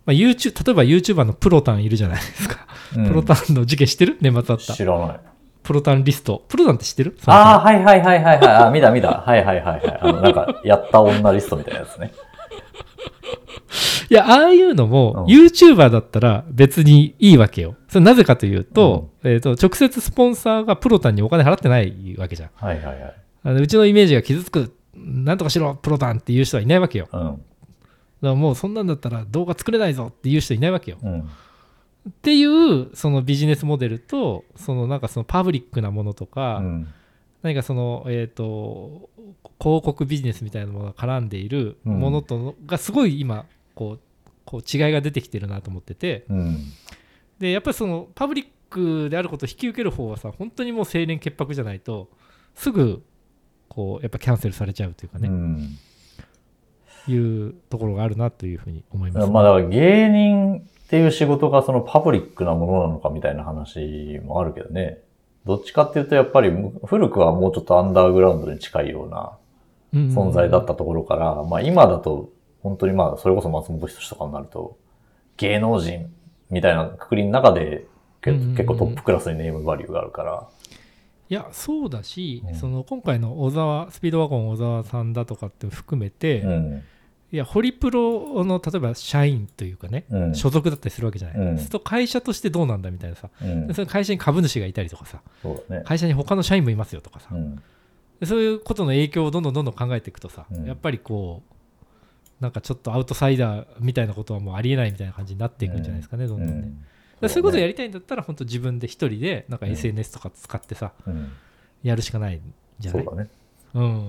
Speaker 1: あ、YouTube 例えば YouTuber のプロタンいるじゃないですか、
Speaker 2: うん
Speaker 1: プロタンの事件してる年末あった
Speaker 2: 知らない。
Speaker 1: プロタンリストプロタンって知ってる
Speaker 2: ああ、はいはいはいはいはい。あ、見た見た。はいはいはいはい。あの、なんか、やった女リストみたいなやつね。
Speaker 1: いや、ああいうのも、
Speaker 2: うん
Speaker 1: YouTuber だったら別にいいわけよ。それなぜかというと、えっ、と、直接スポンサーがプロタンにお金払ってないわけじゃん。
Speaker 2: はいはいはい。
Speaker 1: あのうちのイメージが傷つく、なんとかしろ、プロタンっていう人はいないわけよ。だか
Speaker 2: うん。
Speaker 1: らもうそんなんだったら動画作れないぞっていう人いないわけよ。
Speaker 2: うん。
Speaker 1: っていう、そのビジネスモデルと、そのなんかそのパブリックなものとか、
Speaker 2: うん。
Speaker 1: 何かその、えっ、と、広告ビジネスみたいなものが絡んでいるものとの、がすごい今、こう、こう違いが出てきてるなと思ってて、
Speaker 2: うん。
Speaker 1: でやっぱりそのパブリックであることを引き受ける方はさ本当にもう清廉潔白じゃないとすぐこうやっぱキャンセルされちゃうというか
Speaker 2: う
Speaker 1: ね、
Speaker 2: ん。
Speaker 1: いうところがあるなというふうに思います、
Speaker 2: まあだから芸人っていう仕事がそのパブリックなものなのかみたいな話もあるけどね。どっちかっていうとやっぱりむ古くはもうちょっとアンダーグラウンドに近いような
Speaker 1: うん
Speaker 2: 存在だったところから、まあ今だと本当にまあそれこそ松本人志とかになると芸能人みたいなくくりの中でけ
Speaker 1: うんうんうん
Speaker 2: 結構トップクラスにネームバリューがあるから。
Speaker 1: いやそうだし、
Speaker 2: うん
Speaker 1: その今回の小沢スピードワゴン小沢さんだとかって含めて、
Speaker 2: うん。
Speaker 1: いやホリプロの例えば社員というかね、
Speaker 2: うん。
Speaker 1: 所属だったりするわけじゃない、
Speaker 2: うん
Speaker 1: すると会社としてどうなんだみたいなさ、
Speaker 2: うん
Speaker 1: でその会社に株主がいたりとかさ
Speaker 2: そうだね。
Speaker 1: 会社に他の社員もいますよとかさ、
Speaker 2: うん。
Speaker 1: でそういうことの影響をどんどんどんどん考えていくとさ、
Speaker 2: うん
Speaker 1: やっぱりこうなんかちょっとアウトサイダーみたいなことはもうありえないみたいな感じになっていくんじゃないですかね、ど
Speaker 2: うん
Speaker 1: どんね。だか
Speaker 2: ん。
Speaker 1: らそういうことをやりたいんだったら本当自分で一人でなんか SNS とか使ってさ、
Speaker 2: うん。
Speaker 1: やるしかないんじゃ
Speaker 2: そ
Speaker 1: ないう
Speaker 2: だね。
Speaker 1: うん。ね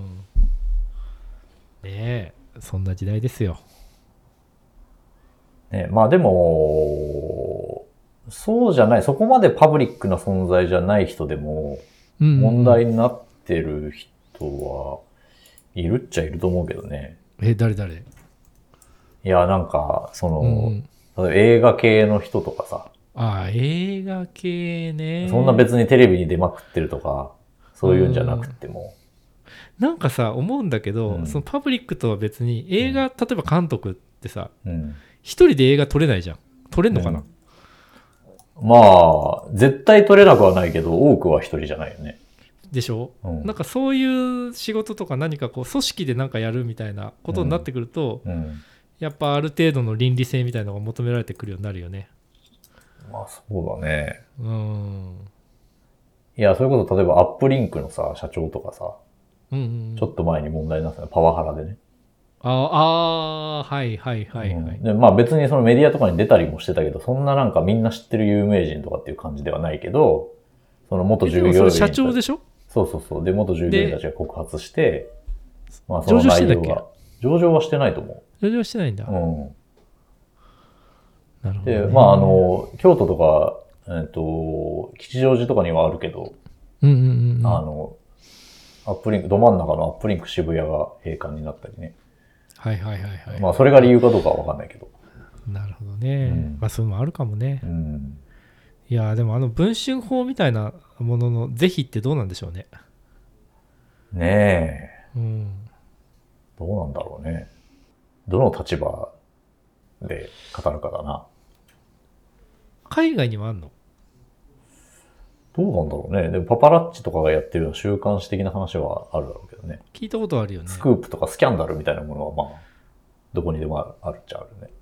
Speaker 1: えそんな時代ですよ。
Speaker 2: ね、まあでも、そうじゃない、そこまでパブリックな存在じゃない人でも、
Speaker 1: うん
Speaker 2: 問題になってる人はいるっちゃいると思うけどね。
Speaker 1: え誰誰
Speaker 2: いや、なんか、その、
Speaker 1: うん
Speaker 2: 例えば映画系の人とかさ、
Speaker 1: ああ映画系ね。
Speaker 2: そんな別にテレビに出まくってるとか、そういうんじゃなくても、
Speaker 1: なんかさ思うんだけど、
Speaker 2: うん
Speaker 1: そのパブリックとは別に映画、例えば監督ってさ
Speaker 2: うん。
Speaker 1: 一人で映画撮れないじゃん撮れんのかな、
Speaker 2: まあ、絶対取れなくはないけど、多くは一人じゃないよね。
Speaker 1: でしょ、
Speaker 2: うん
Speaker 1: なんかそういう仕事とか何かこう組織で何かやるみたいなことになってくると、
Speaker 2: うん。
Speaker 1: やっぱある程度の倫理性みたいなのが求められてくるようになるよね
Speaker 2: まあ、そうだね。
Speaker 1: うん
Speaker 2: いや、それこそ例えばアップリンクのさ、社長とかさ、
Speaker 1: うんうんうん
Speaker 2: ちょっと前に問題になってたパワハラでね。
Speaker 1: ああーはいはいはいはい、
Speaker 2: うんで、まあ別にそのメディアとかに出たりもしてたけど、そんななんかみんな知ってる有名人とかっていう感じではないけど、その元
Speaker 1: え
Speaker 2: 従
Speaker 1: で
Speaker 2: 業
Speaker 1: も
Speaker 2: 員
Speaker 1: そ
Speaker 2: た
Speaker 1: れ
Speaker 2: ち
Speaker 1: 社長でしょ
Speaker 2: そうそうそう。で、元従業員たちが告発して、まあ
Speaker 1: 上場してたっけ
Speaker 2: 上場はしてないと思
Speaker 1: 上場してないんだ、
Speaker 2: う。
Speaker 1: なる
Speaker 2: うん。
Speaker 1: ほどね、
Speaker 2: で、まああの、京都とか、えっ、と、吉祥寺とかにはあるけど、
Speaker 1: うんうんうんうん
Speaker 2: あ
Speaker 1: は
Speaker 2: の、アップリンク、ど真ん中のアップリンク渋谷が閉館になったりね。
Speaker 1: いはいはいはい、
Speaker 2: まあそれが理由かどうかはわかんないけど。
Speaker 1: なるほどね、
Speaker 2: うん
Speaker 1: まあそういうのもあるかもね
Speaker 2: うん。
Speaker 1: いやーでもあの文春法みたいなものの是非ってどうなんでしょうね
Speaker 2: ねえ。
Speaker 1: うん
Speaker 2: どうなんだろうね。どの立場で語るかだな。
Speaker 1: 海外にもあんの
Speaker 2: どうなんだろうね。でもパパラッチとかがやってるような週刊誌的な話はあるだろうけどね。
Speaker 1: 聞いたことあるよね
Speaker 2: スクープとかスキャンダルみたいなものはまあ、どこにでもあるあるっちゃあるね。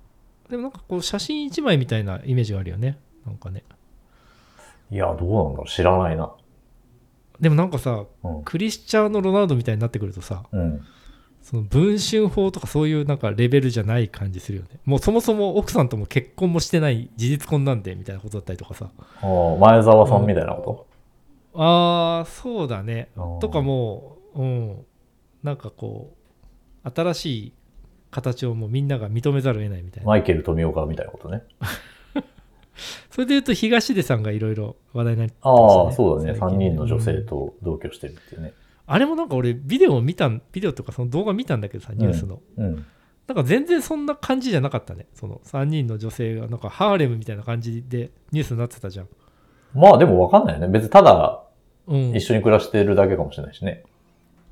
Speaker 1: でもなんかこう写真一枚みたいなイメージがあるよねなんかね
Speaker 2: いや、どうなんだろう。知らないな。
Speaker 1: でもなんかさ
Speaker 2: うん。
Speaker 1: クリスチャーノ・ロナウドみたいになってくるとさ
Speaker 2: うん。
Speaker 1: その文春法とかそういうなんかレベルじゃない感じするよねもうそもそも奥さんとも結婚もしてない事実婚なんでみたいなことだったりとかさ
Speaker 2: ああ前澤さんみたいなこ
Speaker 1: あーそうだね
Speaker 2: と、
Speaker 1: とかもう、うん、なんかこう新しい形をもうみんなが認めざるを得ないみたいな、
Speaker 2: マイケル富岡みたいなことね。
Speaker 1: それでいうと東出さんがいろいろ話題になってました
Speaker 2: ああ、そうだね。
Speaker 1: 最
Speaker 2: 3
Speaker 1: 近
Speaker 2: 人の女性
Speaker 1: うん
Speaker 2: と同居してるっていうね。
Speaker 1: あれもなんか俺ビデオを見たんビデオとかその動画見たんだけどさニュースの、
Speaker 2: うん。
Speaker 1: なんか全然そんな感じじゃなかったねその3人の女性がなんかハーレムみたいな感じでニュースになってたじゃん、
Speaker 2: まあでもわかんないよね。別にただ
Speaker 1: うん、
Speaker 2: 一
Speaker 1: い
Speaker 2: 緒に暮らしてるだけかもしれないしね。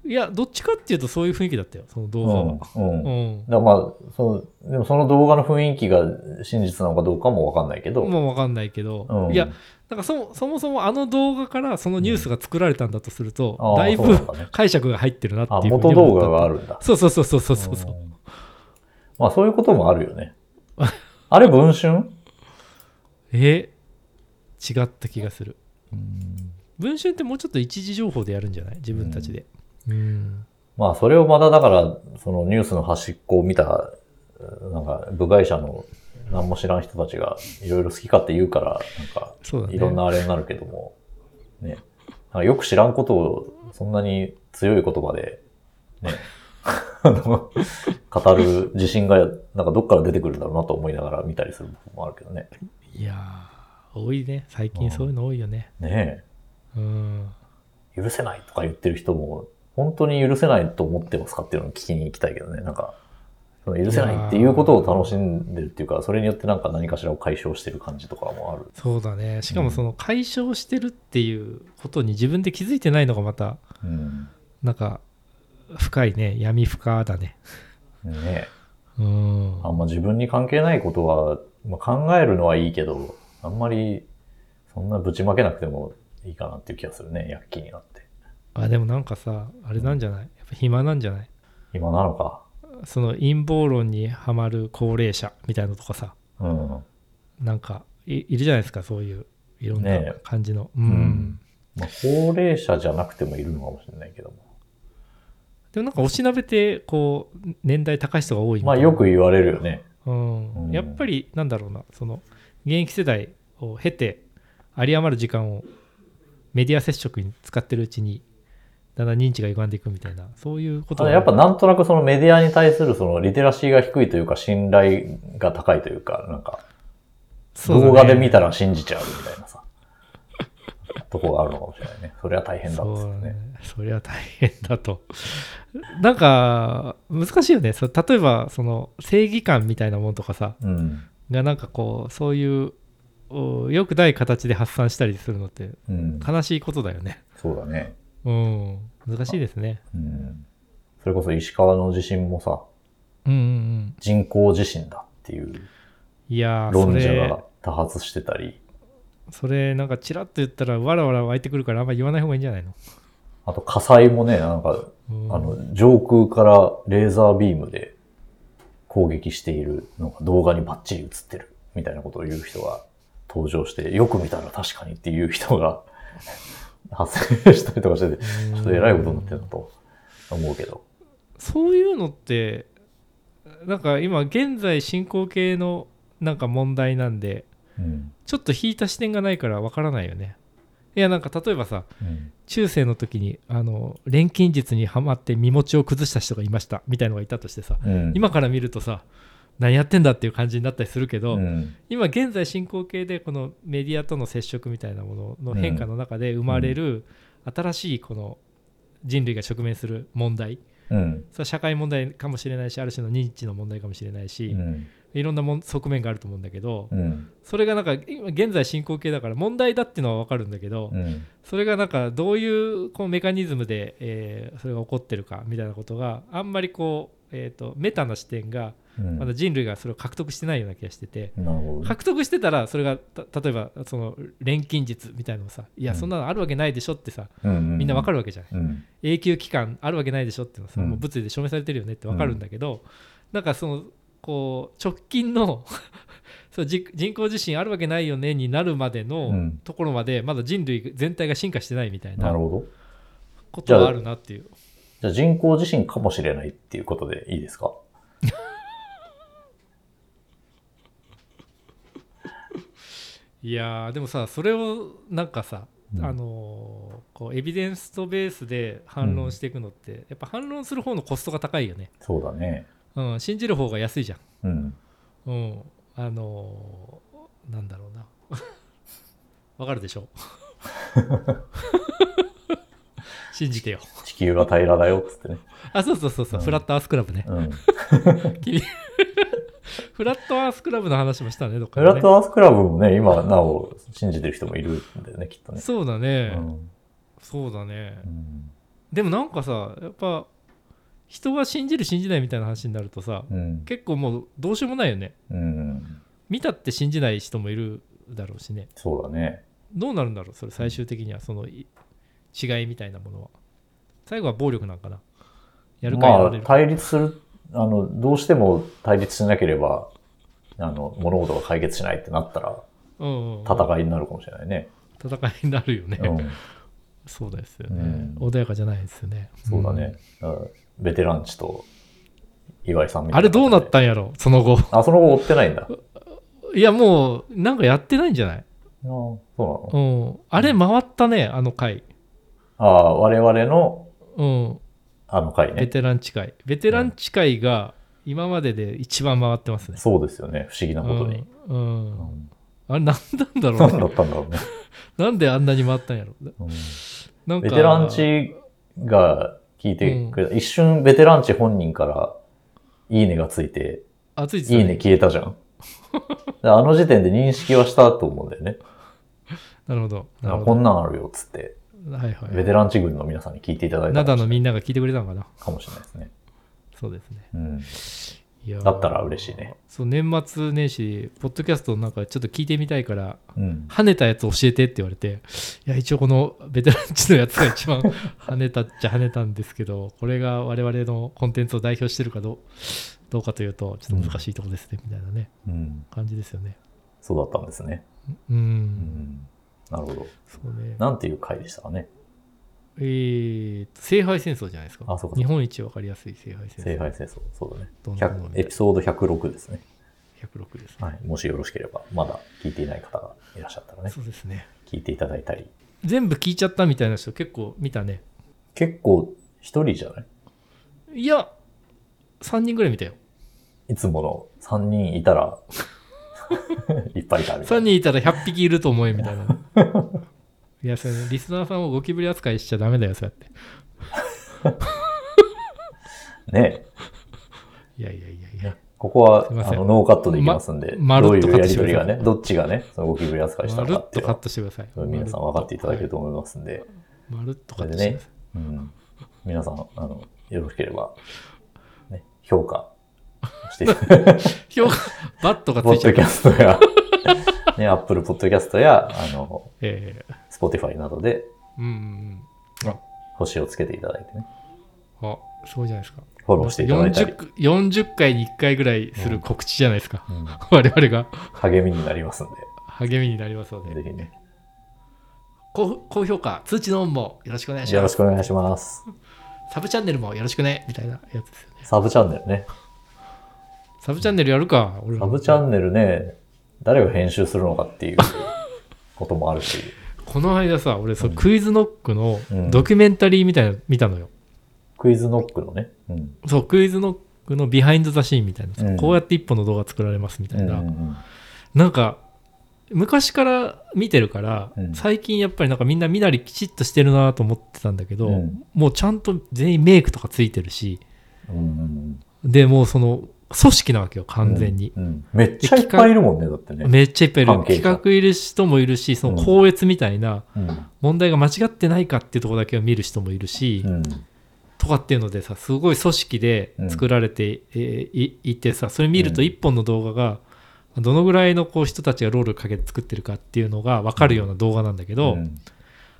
Speaker 1: やどっちかっていうとそういう雰囲気だったよその動画は、
Speaker 2: うん。うん
Speaker 1: う。ん
Speaker 2: だからまあ、その、でもその動画の雰囲気が真実なのかどうかもわかんないけど。
Speaker 1: もう分かんないけど、
Speaker 2: うん、
Speaker 1: いや、なんかそそもそもあの動画からそのニュースが作られたんだとすると、
Speaker 2: ああ
Speaker 1: だい
Speaker 2: そう
Speaker 1: ぶ
Speaker 2: なんだね
Speaker 1: 解釈が入ってるなってい
Speaker 2: あ、
Speaker 1: うふうに
Speaker 2: 元動画
Speaker 1: 思
Speaker 2: が
Speaker 1: った
Speaker 2: あるんだ。
Speaker 1: そうそうそうそうそうそうそう、
Speaker 2: んまあそういうこともある よね。あれ文春
Speaker 1: えー違った気がする文春ってもうちょっと一時情報でやるんじゃない自分たちで、うん
Speaker 2: まあそれをまだだから、そのニュースの端っこを見た、なんか部外者の何も知らん人たちがいろいろ好き勝手言うから、なんか
Speaker 1: そうだね
Speaker 2: いろんなあれになるけども、ね。なんかよく知らんことをそんなに強い言葉で、ね、 あの語る自信が、なんかどっから出てくるんだろうなと思いながら見たりする部分もあるけどね。
Speaker 1: いやー多いね最近そういうの多いよね
Speaker 2: ね
Speaker 1: うん
Speaker 2: え、許せないとか言ってる人も、本当に許せないと思ってますかっていうのを聞きに行きたいけどね。なんか、その許せないっていうことを楽しんでるっていうか、それによってなんか何かしらを解消してる感じとかもある。
Speaker 1: そうだねしかもその解消してるっていうことに自分で気づいてないのがまた
Speaker 2: うん。
Speaker 1: なんか深いね闇深だね
Speaker 2: ねえ。
Speaker 1: うん
Speaker 2: あんま自分に関係ないことは、まあ、考えるのはいいけど、あんまりそんなぶちまけなくてもいいかなっていう気がするね、躍起になって。
Speaker 1: あでもなんかさあれなんじゃないやっぱ暇なんじゃない
Speaker 2: 今なのか。
Speaker 1: その陰謀論にはまる高齢者みたいなのとかさ
Speaker 2: うん。
Speaker 1: なんかいいるじゃないですかそういういろん
Speaker 2: ね
Speaker 1: な
Speaker 2: え
Speaker 1: 感じの、う
Speaker 2: うんまあ、高齢者じゃなくてもいるのかもしれないけども。
Speaker 1: でもなんかおしなべてこう年代高い人が多いみた
Speaker 2: まあ
Speaker 1: いな
Speaker 2: よく言われるよね。
Speaker 1: うん
Speaker 2: うん
Speaker 1: やっぱりなんだろうなその現役世代を経て有り余る時間をメディア接触に使ってるうちにだんだん認知が歪んでいくみたいなそういうこと
Speaker 2: ただやっぱなんとなくそのメディアに対するそのリテラシーが低いというか信頼が高いというか、なんか動画で見た
Speaker 1: ら
Speaker 2: ら信じちゃうみたいなさ、 とこがあるのかもしれないね。それは大変だっつって
Speaker 1: そうだ
Speaker 2: ね。
Speaker 1: ねそれは大変だとなんか難しいよねそう例えばその正義感みたいなものとかさ
Speaker 2: うん。
Speaker 1: がなんかこうそういうおよくない形で発散したりするのって
Speaker 2: うん。
Speaker 1: 悲しいことだよね
Speaker 2: そうだね。
Speaker 1: うん難しいですね。
Speaker 2: うん。それこそ石川の地震もさ、
Speaker 1: うんうんうん。
Speaker 2: 人工地震だっていう
Speaker 1: いやー、そ
Speaker 2: 論者
Speaker 1: れ
Speaker 2: が、多発してたり、
Speaker 1: それなんかチラッと言ったらわらわら湧いてくるからあんま言わない方がいいんじゃないの、
Speaker 2: あと火災もね、なんか、
Speaker 1: うん
Speaker 2: あの、上空からレーザービームで攻撃しているのが動画にバッチリ映ってるみたいなことを言う人が登場して、よく見たら確かにっていう人が 発生したりとかしてて、ちょっと偉いことになってるなと思うけど。
Speaker 1: そういうのってなんか今現在進行形のなんか問題なんで
Speaker 2: うん。
Speaker 1: ちょっと引いた視点がないからわからないよねいやなんか例えばさ
Speaker 2: うん。
Speaker 1: 中世の時にあの錬金術にはまって身持ちを崩した人がいましたみたいのがいたとしてさ
Speaker 2: うん、
Speaker 1: 今から見るとさ何やってんだっていう感じになったりするけど、
Speaker 2: うん、
Speaker 1: 今現在進行形でこのメディアとの接触みたいなものの変化の中で生まれる新しいこの人類が直面する問題
Speaker 2: うん。
Speaker 1: それは社会問題かもしれないしある種の認知の問題かもしれないし、
Speaker 2: うん。
Speaker 1: いろんなもん側面があると思うんだけど、
Speaker 2: うん。
Speaker 1: それがなんか今現在進行形だから問題だっていうのは分かるんだけど、
Speaker 2: うん。
Speaker 1: それがなんかどういうこうメカニズムで、えーそれが起こってるかみたいなことがあんまりこう、えー、とメタな視点が
Speaker 2: うん
Speaker 1: まだ人類がそれを獲得してないような気がしてて。
Speaker 2: なるほど。
Speaker 1: 獲得してたらそれがた例えばその錬金術みたいなのをさいや
Speaker 2: うん
Speaker 1: そんなのあるわけないでしょってさ、
Speaker 2: うん
Speaker 1: みんなわか
Speaker 2: る。
Speaker 1: るわけじゃない、
Speaker 2: うん。
Speaker 1: 永久期間あるわけないでしょっていうのはさ、
Speaker 2: うん
Speaker 1: もう物理で証明されてるよねってわかるんだけど、なんかそのこう直近の そうじ人工地震あるわけないよねになるまで
Speaker 2: う
Speaker 1: の
Speaker 2: ん
Speaker 1: ところまでまだ人類全体が進化してないみたい
Speaker 2: な
Speaker 1: な
Speaker 2: るほど。
Speaker 1: ことはあるなっていう
Speaker 2: じゃあ人工地震かもしれないっていうことでいいですか
Speaker 1: いやーでもさそれをなんかさ、
Speaker 2: うん
Speaker 1: あのーこうエビデンスとベースで反論していくのって、やっぱ反論する方のコストが高いよね、
Speaker 2: そうだね。
Speaker 1: うん、信じる方が安いじゃん
Speaker 2: うん。
Speaker 1: うん、あのーなんだろうな。 わかるでしょう信じてよ。
Speaker 2: 地球は平らだよっつってね。
Speaker 1: あ、そうそうそうそう、
Speaker 2: うん
Speaker 1: フラットアースクラブね。
Speaker 2: うん。
Speaker 1: フラットアースクラブの話もしたね、どっか
Speaker 2: フ
Speaker 1: で、ね。
Speaker 2: ラットアースクラブもね、今なお信じてる人もいるんだよね、きっとね。
Speaker 1: そうだね、
Speaker 2: うん
Speaker 1: そうだね
Speaker 2: う。ん
Speaker 1: でもなんかさ、やっぱ、人が信じる信じないみたいな話になるとさ、
Speaker 2: うん
Speaker 1: 結構もうどうしようもないよね。
Speaker 2: うん
Speaker 1: 見たって信じない人もいるだろうしね。
Speaker 2: そうだね。
Speaker 1: どうなるんだろうそれ最終的にはそのい違いみたいなものは最後は暴力なんかなやるかや
Speaker 2: ま
Speaker 1: ら
Speaker 2: あ
Speaker 1: れる、、
Speaker 2: 対立する、あの、どうしても対立しなければ、あの、物事が解決しないってなったら、
Speaker 1: うんうん、
Speaker 2: 戦いになるかもしれないね。
Speaker 1: 戦いになるよね、
Speaker 2: うん、
Speaker 1: そうですよね、
Speaker 2: うん
Speaker 1: 穏やかじゃないですよね
Speaker 2: そうだね、うんベテランチと岩井さんみ
Speaker 1: うん
Speaker 2: た
Speaker 1: あ
Speaker 2: いな
Speaker 1: れ
Speaker 2: 感
Speaker 1: ど
Speaker 2: じで。
Speaker 1: うなったんやろその後
Speaker 2: あ、その後追ってないんだ。あ
Speaker 1: いやもうなんかやってないんじゃない、
Speaker 2: そうなの
Speaker 1: うん、あれ回ったねあの回、
Speaker 2: ああ、我々の
Speaker 1: うん、
Speaker 2: あの回
Speaker 1: ベ
Speaker 2: ね。
Speaker 1: テラン地会ベテラン地会が今までで一番回ってますね
Speaker 2: そうですよね、不思議なことに。
Speaker 1: うんうん
Speaker 2: うん
Speaker 1: あれなんなんだろう
Speaker 2: 何
Speaker 1: ね
Speaker 2: だったんだろうね。
Speaker 1: なんであんなに回ったんやろ
Speaker 2: うん
Speaker 1: なんか
Speaker 2: ベテランチが聞いてくれた、一瞬ベテランチ本人からいいねがついて、
Speaker 1: 暑いです
Speaker 2: い
Speaker 1: よ
Speaker 2: い
Speaker 1: ね
Speaker 2: ね消えたじゃん。あの時点で認識はしたと思うんだよね。
Speaker 1: なるほど。な
Speaker 2: あ
Speaker 1: るほ
Speaker 2: こんなんあるよっつって、
Speaker 1: どはいは
Speaker 2: ベ
Speaker 1: い。
Speaker 2: テランチ軍の皆さんに聞いていただいた
Speaker 1: 灘
Speaker 2: か
Speaker 1: のみんなが聞いてくれたのかな。
Speaker 2: もしれないですね。
Speaker 1: そうですね。
Speaker 2: うん、
Speaker 1: いやー
Speaker 2: だったら嬉しいね。
Speaker 1: そう、年末年始、ポッドキャストなんかちょっと聞いてみたいから、
Speaker 2: うん、
Speaker 1: 跳ねたやつ教えてって言われて、いや、一応このベテランチのやつが一番跳ねたっちゃ跳ねたんですけど、これが我々のコンテンツを代表してるかどうどうかというと、ちょっと難しいとこですね、みたいなね、
Speaker 2: うん。
Speaker 1: 感じですよね。
Speaker 2: そうだったんですね。
Speaker 1: うん、
Speaker 2: うん、なるほど。
Speaker 1: そうね。
Speaker 2: なんていう回でしたかね。
Speaker 1: えーと、聖杯戦争じゃないですか。
Speaker 2: あそうか
Speaker 1: 日本一わかりやすい聖杯戦
Speaker 2: 聖
Speaker 1: 争。
Speaker 2: 杯戦争。そうだね。
Speaker 1: どんなものみ
Speaker 2: 100
Speaker 1: たい
Speaker 2: エ
Speaker 1: な
Speaker 2: ピソード106ですね。
Speaker 1: 106ですね。
Speaker 2: はい。もしよろしければ、まだ聞いていない方がいらっしゃったらね、
Speaker 1: そうですね。
Speaker 2: 聞いていただいたり、
Speaker 1: 全部聞いちゃったみたいな人結構見たね
Speaker 2: 結構一人じゃない
Speaker 1: いや3人ぐらい見たよ
Speaker 2: いつもの三人いた らいっぱいいたみた
Speaker 1: 3
Speaker 2: いな。
Speaker 1: 人いたら100匹いると思えみたいないやそれ、ね、リスナーさんをゴキブリ扱いしちゃダメだよそうやって
Speaker 2: ね
Speaker 1: いやいやいやいや
Speaker 2: ここは
Speaker 1: すいませ
Speaker 2: あ
Speaker 1: ん
Speaker 2: のノーカットでいきますんで、
Speaker 1: ま
Speaker 2: どう
Speaker 1: まる
Speaker 2: い
Speaker 1: っと
Speaker 2: う
Speaker 1: カッ
Speaker 2: や
Speaker 1: ト
Speaker 2: り
Speaker 1: して
Speaker 2: と
Speaker 1: ください
Speaker 2: りがね、どっちがね、そのゴキブリ扱いした
Speaker 1: ま
Speaker 2: の
Speaker 1: る
Speaker 2: か
Speaker 1: っ
Speaker 2: って
Speaker 1: と
Speaker 2: いう
Speaker 1: カ
Speaker 2: の
Speaker 1: ットしてください
Speaker 2: は皆さん分かっていただけると思いますんで、
Speaker 1: まるっとカ
Speaker 2: そ
Speaker 1: ッ
Speaker 2: れ
Speaker 1: ト
Speaker 2: で
Speaker 1: してくだ
Speaker 2: ね
Speaker 1: さい、
Speaker 2: うん、皆さん、あの、よろしければ、ね、評価 して、
Speaker 1: 評価、バットがつ
Speaker 2: ポ
Speaker 1: い
Speaker 2: ッ
Speaker 1: ちゃ
Speaker 2: ド
Speaker 1: う
Speaker 2: キ。ャストや、 ね、アップルポッドキャストや、あの、
Speaker 1: ええ
Speaker 2: Spotify などで
Speaker 1: うんうん
Speaker 2: 星をつけていただいてね、
Speaker 1: うん。あ、すごいじゃないですか。
Speaker 2: フォローしていただいたり、
Speaker 1: 40, 40回に1回ぐらいする告知じゃないですか。
Speaker 2: うん、
Speaker 1: 我々が
Speaker 2: 励みになりますん
Speaker 1: 励みになりますの
Speaker 2: で、
Speaker 1: で。
Speaker 2: ぜひね、
Speaker 1: 高高評価、通知のオンもよろしくお願いし
Speaker 2: よ
Speaker 1: ま
Speaker 2: ろ
Speaker 1: す。
Speaker 2: しくお願いします。
Speaker 1: サブチャンネルもよろしくね、みたいなやつですよね。
Speaker 2: サブチャンネルね。
Speaker 1: サブチャンネルやるか、俺ら
Speaker 2: サ
Speaker 1: も
Speaker 2: ブチャンネルね、誰が編集するのかっていうこともあるし、
Speaker 1: この間さ、俺そう、
Speaker 2: うん
Speaker 1: クイズノックの
Speaker 2: うん
Speaker 1: ドキュメンタリーみたいなの見たのよ。
Speaker 2: クイズノックのね、うん。
Speaker 1: そう、クイズノックのビハインド・ザ・シーンみたいなさ、
Speaker 2: うん
Speaker 1: こうやって一本の動画作られますみたいな。
Speaker 2: うんうん
Speaker 1: なんか、昔から見てるから、
Speaker 2: うん
Speaker 1: 最近やっぱりなんかみんな身なりきちっとしてるなと思ってたんだけど、
Speaker 2: うん
Speaker 1: もうちゃんと全員メイクとかついてるし、
Speaker 2: うんうん
Speaker 1: で、もうその、組織なわけよ、完全に。
Speaker 2: うんうんめっちゃいっぱいいるもんね、だってね。
Speaker 1: めっちゃいっぱいいる
Speaker 2: 関係
Speaker 1: 企
Speaker 2: 者
Speaker 1: 画いる人もいるしその
Speaker 2: うん
Speaker 1: 校閲みたいな
Speaker 2: うん
Speaker 1: 問題が間違ってないかっていうところだけを見る人もいるし、
Speaker 2: うん
Speaker 1: とかっていうのでさすごい組織で作られて、えーいいてさそれ見ると
Speaker 2: うん
Speaker 1: 1本の動画がどのぐらいのこう人たちがロールかけて作ってるかっていうのが分かるような動画なんだけど、
Speaker 2: うん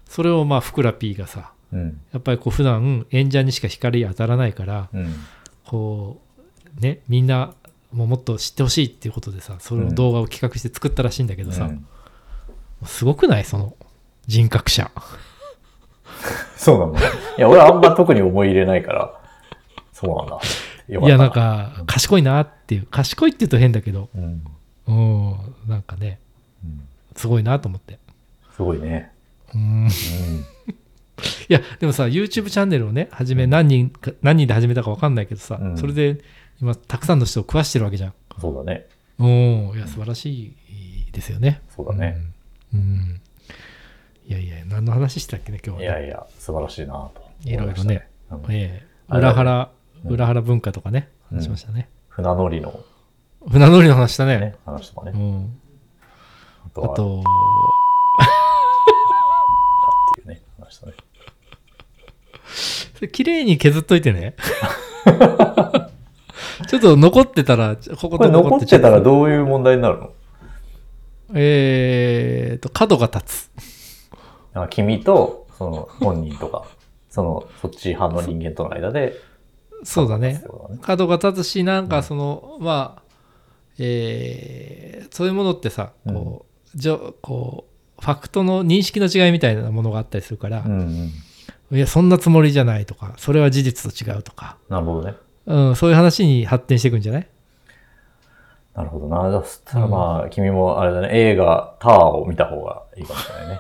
Speaker 1: それをまあふくら P がさ
Speaker 2: うん
Speaker 1: やっぱりこう普段演者にしか光当たらないから
Speaker 2: うん
Speaker 1: こうねみんなもうもっと知ってほしいっていうことでさその動画を企画して作ったらしいんだけどさ、
Speaker 2: うん
Speaker 1: すごくないその人格者。
Speaker 2: そうなのいや、俺あんま特に思い入れないから、そうなんだ。よ
Speaker 1: いやなん、か賢いなっていう賢いって言うと変だけど
Speaker 2: うん
Speaker 1: うんなんかね
Speaker 2: うん
Speaker 1: すごいなと思って。
Speaker 2: すごいね。
Speaker 1: うんいやでもさ YouTube チャンネルをね始め何人か何人で始めたか分かんないけどさ、
Speaker 2: うん
Speaker 1: それで今たくさんの人を食わしてるわけじゃん。
Speaker 2: うん、そうだね。
Speaker 1: うんいや素晴らしいですよね。
Speaker 2: そうだね。
Speaker 1: うん。うんいやいや何の話したっけね今日は、ね。
Speaker 2: いやいや、素晴らしいなと思ました。
Speaker 1: いろいろね
Speaker 2: うん。
Speaker 1: ええ
Speaker 2: あれ
Speaker 1: 裏腹、
Speaker 2: うん
Speaker 1: 裏腹文化とかね
Speaker 2: うん
Speaker 1: 話しましたね。
Speaker 2: 船乗りの
Speaker 1: 船乗りの話したね。
Speaker 2: ね、話とか
Speaker 1: う
Speaker 2: ね。
Speaker 1: ん。
Speaker 2: あと
Speaker 1: あ
Speaker 2: は、
Speaker 1: と
Speaker 2: っていうね、話とね。
Speaker 1: それ綺麗に削っといてね。 ちょっと残ってたら、ここと
Speaker 2: これ残ってたら
Speaker 1: う
Speaker 2: どういう問題になるの
Speaker 1: えーと、角が立つ。
Speaker 2: なんか君と、その、本人とか、その、そっち派の人間との間で、
Speaker 1: そうだ
Speaker 2: っ
Speaker 1: ね
Speaker 2: て。ことだね
Speaker 1: 角が立つし、なんかその、まあ、えーそういうものってさ、こう、じょこう、ファクトの認識の違いみたいなものがあったりするから
Speaker 2: う、んうん。
Speaker 1: いや、そんなつもりじゃないとか、それは事実と違うとか、
Speaker 2: なるほどね。
Speaker 1: うん、そういう話に発展していくんじゃない
Speaker 2: なるほどな。そしたらまあ、君もあれだね、映画、タワーを見た方がいいかもしれないね。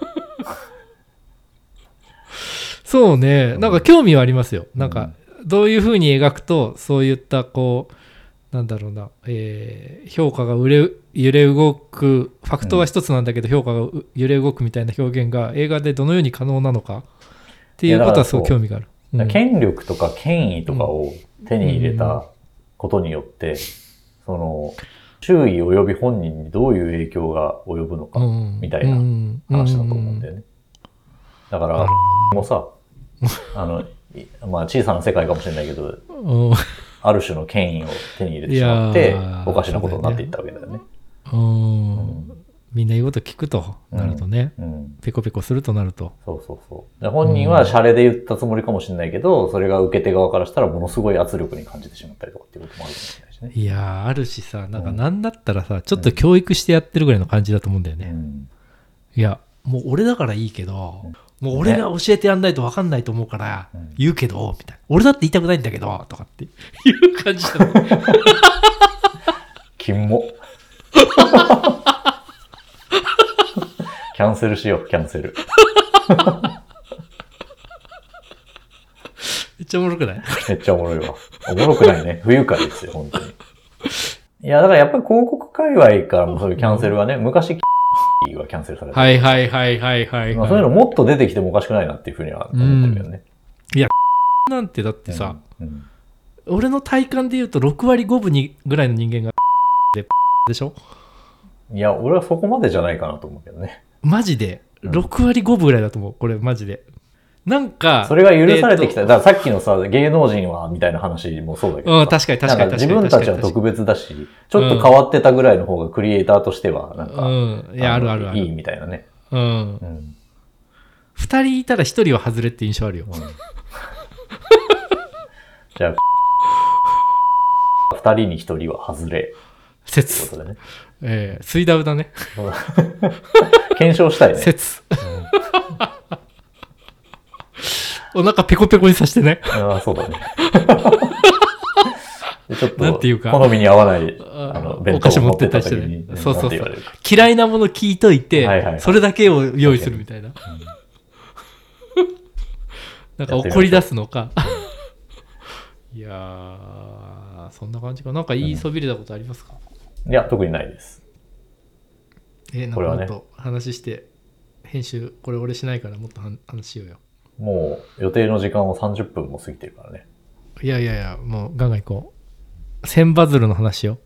Speaker 1: そうね、
Speaker 2: うん
Speaker 1: なんか興味はありますよ。なん
Speaker 2: う
Speaker 1: か
Speaker 2: ん、
Speaker 1: どういうふうに描くと、そういった、こう、なんだろうな、えー評価が揺れ揺れ動く、ファクトは一つなんだけど、評価がう揺れ動くみたいな表現が映画でどのように可能なのかっていうことはすごい興味がある。うん
Speaker 2: 権力とか権威とかを手に入れたことによって、その、周囲及び本人にどういう影響が及ぶのか、
Speaker 1: うん
Speaker 2: みたいな話だと思うんだよね。だか
Speaker 1: うんな
Speaker 2: ら
Speaker 1: る、
Speaker 2: もうさ、 あの、いまあ小さな世界かもしれないけど、
Speaker 1: ほどな
Speaker 2: ある種の権威を手に入れてしまって
Speaker 1: いやー、
Speaker 2: おかしなことになっていったわけだよね。
Speaker 1: うん
Speaker 2: う
Speaker 1: うん
Speaker 2: ん
Speaker 1: みんな言うこと聞くとなるとね、
Speaker 2: うん
Speaker 1: ペコペコするとなると。
Speaker 2: そうそうそう。で本人はシャレで言ったつもりかもしれないけど、それが受け手側からしたらものすごい圧力に感じてしまったりとかっていうこともあるかもしれないしね。
Speaker 1: いやーあるしさ、なんかなんだったらさ、ちょっと教育してやってるぐらいの感じだと思うんだよね。
Speaker 2: うん
Speaker 1: いや、もう俺だからいいけど、もう俺が教えてやんないと分かんないと思うから
Speaker 2: うん、
Speaker 1: 言うけど、みたいな。俺だって言いたくないんだけど、とかって いう感じ だね
Speaker 2: キモ。キャンセルしよう、キャンセル。
Speaker 1: めっちゃおもろくない
Speaker 2: めっちゃおもろいわ。おもろくないね。不愉快ですよ、本当に。いや、だからやっぱり広告界隈からもそういうキャンセルはね、昔、はキャンセルされた。
Speaker 1: はいはいはいはいはい、
Speaker 2: ま
Speaker 1: は
Speaker 2: あ、
Speaker 1: い。
Speaker 2: そういうのもっと出てきてもおかしくないなっていうふうには思ってるよね。
Speaker 1: なんてだってさ、
Speaker 2: うん
Speaker 1: 俺の体感で言うと6割5分にぐらいの人間がで、 でしょ
Speaker 2: いや、俺はそこまでじゃないかなと思うけどね。
Speaker 1: マジで、
Speaker 2: うん
Speaker 1: 6割5分ぐらいだと思う。これマジで。なんか、
Speaker 2: それが許されてきた。
Speaker 1: えーと
Speaker 2: だからさっきのさ、芸能人は、みたいな話もそうだけどさ。
Speaker 1: うん、確かに確か
Speaker 2: なん
Speaker 1: に確かに。
Speaker 2: か自分たちは特別だし、ちょっと変わってたぐらいの方がクリエイターとしては、なんか、
Speaker 1: うん。いや、ある
Speaker 2: の
Speaker 1: あるあ
Speaker 2: いい
Speaker 1: る。
Speaker 2: みたいなね。
Speaker 1: うん。
Speaker 2: うん。
Speaker 1: 二人いたら一人は外れって印象あるよ。
Speaker 2: じゃあ、 二人に一人は外れってこ
Speaker 1: 説。
Speaker 2: とでね。
Speaker 1: えー、水ダウだね。
Speaker 2: 検証したいね。
Speaker 1: 説。 お腹ペコペコにさしてね。
Speaker 2: ああ、そう だね。でちょっ
Speaker 1: なん
Speaker 2: と、
Speaker 1: ていうか
Speaker 2: 好みに合わない、
Speaker 1: あ
Speaker 2: あの、
Speaker 1: お
Speaker 2: 弁
Speaker 1: 菓子
Speaker 2: 当を
Speaker 1: 持
Speaker 2: 持
Speaker 1: っ
Speaker 2: ってて
Speaker 1: った
Speaker 2: た
Speaker 1: りして
Speaker 2: 時
Speaker 1: ね
Speaker 2: に、
Speaker 1: そうそうそう
Speaker 2: なんて言われるか
Speaker 1: 嫌いなもの聞いといて、
Speaker 2: はいはいはい
Speaker 1: それだけを用意するみたいな。なんか怒り出すのか。 いやー、そんな感じか。なんか言いそびれたことありますか、
Speaker 2: いや、特にないです。
Speaker 1: えーなん
Speaker 2: これは
Speaker 1: かも
Speaker 2: ね
Speaker 1: っと話して、編集、これ俺しないからもっとはん話しようよ。
Speaker 2: もう、予定の時間を30分も過ぎてるからね。
Speaker 1: いやいやいや、もうガンガン行こう。千バズルの話を。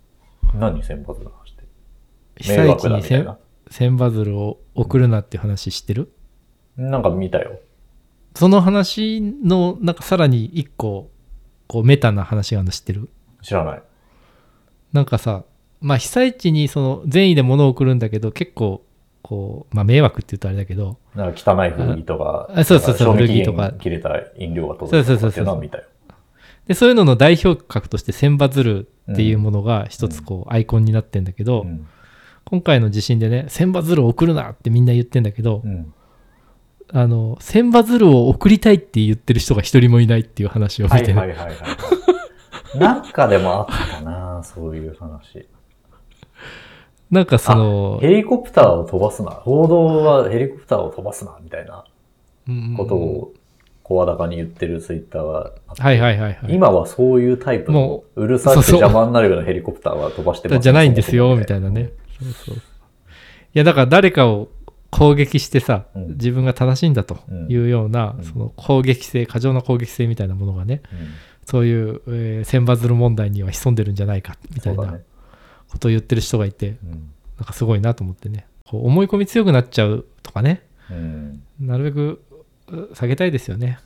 Speaker 2: 何先発の話って。
Speaker 1: 被
Speaker 2: 迷
Speaker 1: 災
Speaker 2: 惑
Speaker 1: 地
Speaker 2: だ
Speaker 1: に
Speaker 2: みたい
Speaker 1: 千
Speaker 2: な。
Speaker 1: 千バズルを送るなっていう話知ってる
Speaker 2: なんか見たよ。
Speaker 1: その話の、なんかさらに一個、こうメタな話があるの知ってる
Speaker 2: 知らない。
Speaker 1: なんかさ、まあ被災地にその善意で物を送るんだけど、結構、こう、まあ迷惑って言うとあれだけど、
Speaker 2: なんか汚い古着とか、
Speaker 1: あそうそうそう
Speaker 2: なんか賞味期
Speaker 1: 古着とか
Speaker 2: 限切れた飲料が届いて
Speaker 1: そう
Speaker 2: る
Speaker 1: そうそうそう
Speaker 2: っていうのは見たよ。
Speaker 1: で、そういうのの代表格として千バズルっていうものが一つこうアイコンになってんだけど、
Speaker 2: うん。
Speaker 1: 今回の地震でね、千バズルを送るなってみんな言ってんだけど、
Speaker 2: うん。
Speaker 1: あの、千バズルを送りたいって言ってる人が一人もいないっていう話を見
Speaker 2: は
Speaker 1: て
Speaker 2: い
Speaker 1: ね、
Speaker 2: はいはいはいはい。なんかでもあったな、そういう話。
Speaker 1: なんかその、
Speaker 2: ヘリコプターを飛ばすな。報道はヘリコプターを飛ばすな、みたいな
Speaker 1: うん
Speaker 2: ことを声高に言ってるツイッターがあって、
Speaker 1: はいはいはいはい。
Speaker 2: 今はそういうタイプの
Speaker 1: も、
Speaker 2: うるさく
Speaker 1: そう
Speaker 2: て
Speaker 1: そう
Speaker 2: 邪魔になるようなヘリコプターは飛ばしてます
Speaker 1: じゃないんですよ、みたいなね。。そうそう。いや、だから誰かを攻撃してさ、
Speaker 2: うん
Speaker 1: 自分が正しいんだというような、
Speaker 2: うん
Speaker 1: その攻撃性、過剰な攻撃性みたいなものがね、そういう、えー、千羽鶴問題には潜んでるんじゃないか、み
Speaker 2: み
Speaker 1: た
Speaker 2: た
Speaker 1: い
Speaker 2: いな。うん
Speaker 1: な
Speaker 2: そうだね
Speaker 1: ことを言ってる人がいて、
Speaker 2: うん
Speaker 1: なんかすごいなと思ってね。こう思い込み強くなっちゃうとかね、
Speaker 2: うん
Speaker 1: なるべくう避けたいですよね。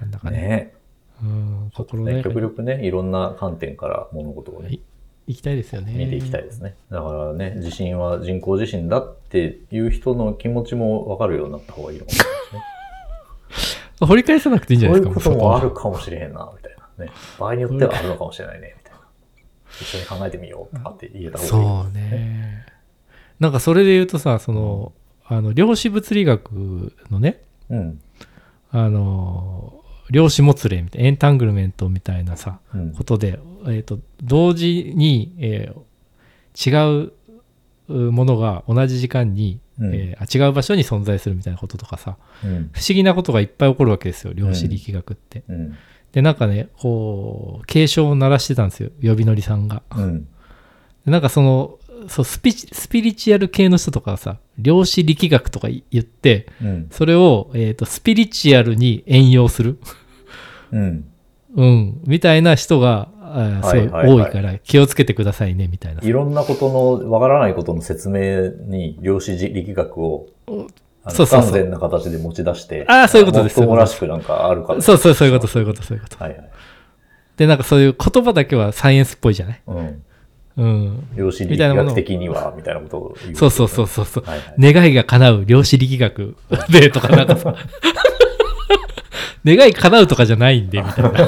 Speaker 1: なんだかね。
Speaker 2: ね
Speaker 1: うん、心の
Speaker 2: ね
Speaker 1: 中に
Speaker 2: 極力ね、いろんな観点から物事をね、
Speaker 1: 行きたいですよね。
Speaker 2: 見ていきたいですね。だからね、地震は人工地震だっていう人の気持ちもわかるようになった方がいいのかもしれないですね。
Speaker 1: 掘り返さなくていいんじゃ
Speaker 2: そ
Speaker 1: な
Speaker 2: う
Speaker 1: い
Speaker 2: い
Speaker 1: ですか、
Speaker 2: う
Speaker 1: も
Speaker 2: こと
Speaker 1: うそこ
Speaker 2: も
Speaker 1: は
Speaker 2: あるかもしれへんな、みたいなね。場合によってはあるのかもしれないね、みたいな。一緒に考えてみようとかって言えた方がいい。
Speaker 1: そうね。なんかそれで言うとさ、その、あの、量子物理学のね、
Speaker 2: うん。
Speaker 1: あの、量子もつれみたいな、エンタングルメントみたいなさ、
Speaker 2: うん
Speaker 1: ことで、えっ、と、同時に、えー違ううものが同じ時間に、
Speaker 2: うん
Speaker 1: えーあ違う場所に存在するみたいなこととかさ、
Speaker 2: うん。
Speaker 1: 不思議なことがいっぱい起こるわけですよ、量子力学って。
Speaker 2: うん。
Speaker 1: で、なんかね、こう、警鐘を鳴らしてたんですよ、呼びのりさんが。
Speaker 2: うん。
Speaker 1: でなんかそのそうスピチスピリチュアル系の人とかはさ量子力学とかい言って
Speaker 2: うん。
Speaker 1: それを、えー、とスピリチュアルに援用する、
Speaker 2: うん。
Speaker 1: うん、みたいな人があーすごい
Speaker 2: はいはいは
Speaker 1: 多
Speaker 2: い
Speaker 1: いから気をつけてくださいねみたいない
Speaker 2: ろんなことの、わからないことの説明に、量子力学を、あの
Speaker 1: そうそうそう
Speaker 2: 不完全な形で持ち出して、
Speaker 1: あーそういうことです
Speaker 2: もっともらしくなんかあるから。
Speaker 1: そうそうそういうことそういうことそういうこと
Speaker 2: はいはい。
Speaker 1: でなんかそういう言葉だけはサイエンスっぽいじゃない、
Speaker 2: うん。
Speaker 1: うん、
Speaker 2: 量子力学的には、みたいなことを言う。
Speaker 1: そうそうそうそうそう、
Speaker 2: はいはい
Speaker 1: 願いが叶う量子力学でとかなんかさ 願い叶うとかじゃないんでみたいな、
Speaker 2: なる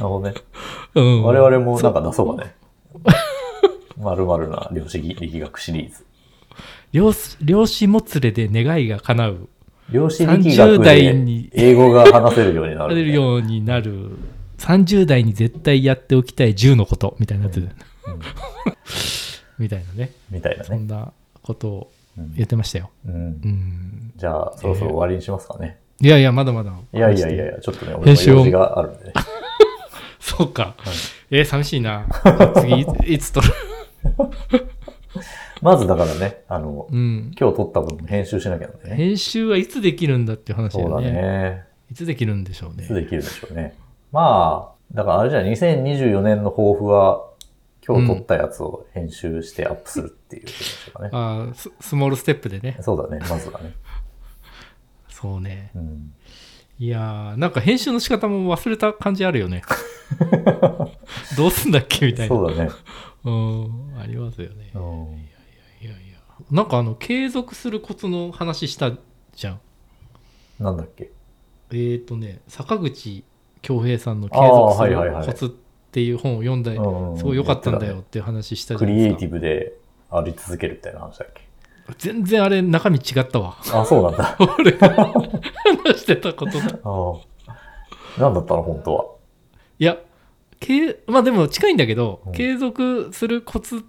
Speaker 2: ほどね。
Speaker 1: うん、
Speaker 2: 我々もなんか出そう かね。まるまるな量子力学シリーズ。
Speaker 1: 量子量子もつれで願いが叶う
Speaker 2: 量子力
Speaker 1: 30
Speaker 2: 学
Speaker 1: 代に
Speaker 2: で英語が話せるようにな
Speaker 1: される
Speaker 2: る。
Speaker 1: ようになる30代に絶対やっておきたい10のことみたいなやつ、みたいなね
Speaker 2: みたいな
Speaker 1: そ
Speaker 2: ね。
Speaker 1: んなことを言ってましたよ、
Speaker 2: うん
Speaker 1: う、ん、
Speaker 2: じゃあ、そろそろ終わりにしますかね。
Speaker 1: いやいやまだまだ
Speaker 2: いやいやいやいや、ちょっとね、
Speaker 1: 編
Speaker 2: 俺も
Speaker 1: 集を
Speaker 2: 用事があるんでね。
Speaker 1: そうか、えー寂しいな 次いいつ撮る
Speaker 2: まずだからね、あの、
Speaker 1: うん
Speaker 2: 今日撮った分編集しなきゃなんでね。
Speaker 1: 編集はいつできるんだっていう話だ
Speaker 2: そう
Speaker 1: よ
Speaker 2: だ
Speaker 1: ね
Speaker 2: ね。
Speaker 1: いつできるんでしょう
Speaker 2: い
Speaker 1: ね
Speaker 2: つできるでしょうね。まあ、だからあれじゃあ2024年の抱負は、今日撮ったやつを編集してアップするっていうことでしょうかね。
Speaker 1: あーススモールステップでね
Speaker 2: そうだね、まずはね。
Speaker 1: そうね。
Speaker 2: うん。
Speaker 1: いやー、なんか編集の仕方も忘れた感じあるよ ね。どうすんだっけみたいな。
Speaker 2: そうだね。
Speaker 1: うん、ありますよね
Speaker 2: う。ん
Speaker 1: いやいや。なんかあの、継続するコツの話したじゃん。
Speaker 2: なんだっけ。
Speaker 1: えー、とね、坂口恭平さんの継
Speaker 2: あー
Speaker 1: 続す
Speaker 2: はい
Speaker 1: る
Speaker 2: はいはい
Speaker 1: コツっていう本を読んだ、
Speaker 2: うん
Speaker 1: すごい良かったんだよっていう話したじ
Speaker 2: ク
Speaker 1: ゃない
Speaker 2: リエ
Speaker 1: です
Speaker 2: イテ
Speaker 1: か
Speaker 2: ィ。ブであり続けるみたいな話だっけ。
Speaker 1: 全然あれ中身違ったわ。
Speaker 2: あ、そうなんだ。
Speaker 1: 俺が話してたことと。
Speaker 2: うんなんだったの、本当は。
Speaker 1: いや、けまあでも近いんだけど、
Speaker 2: うん
Speaker 1: 継続するコツっ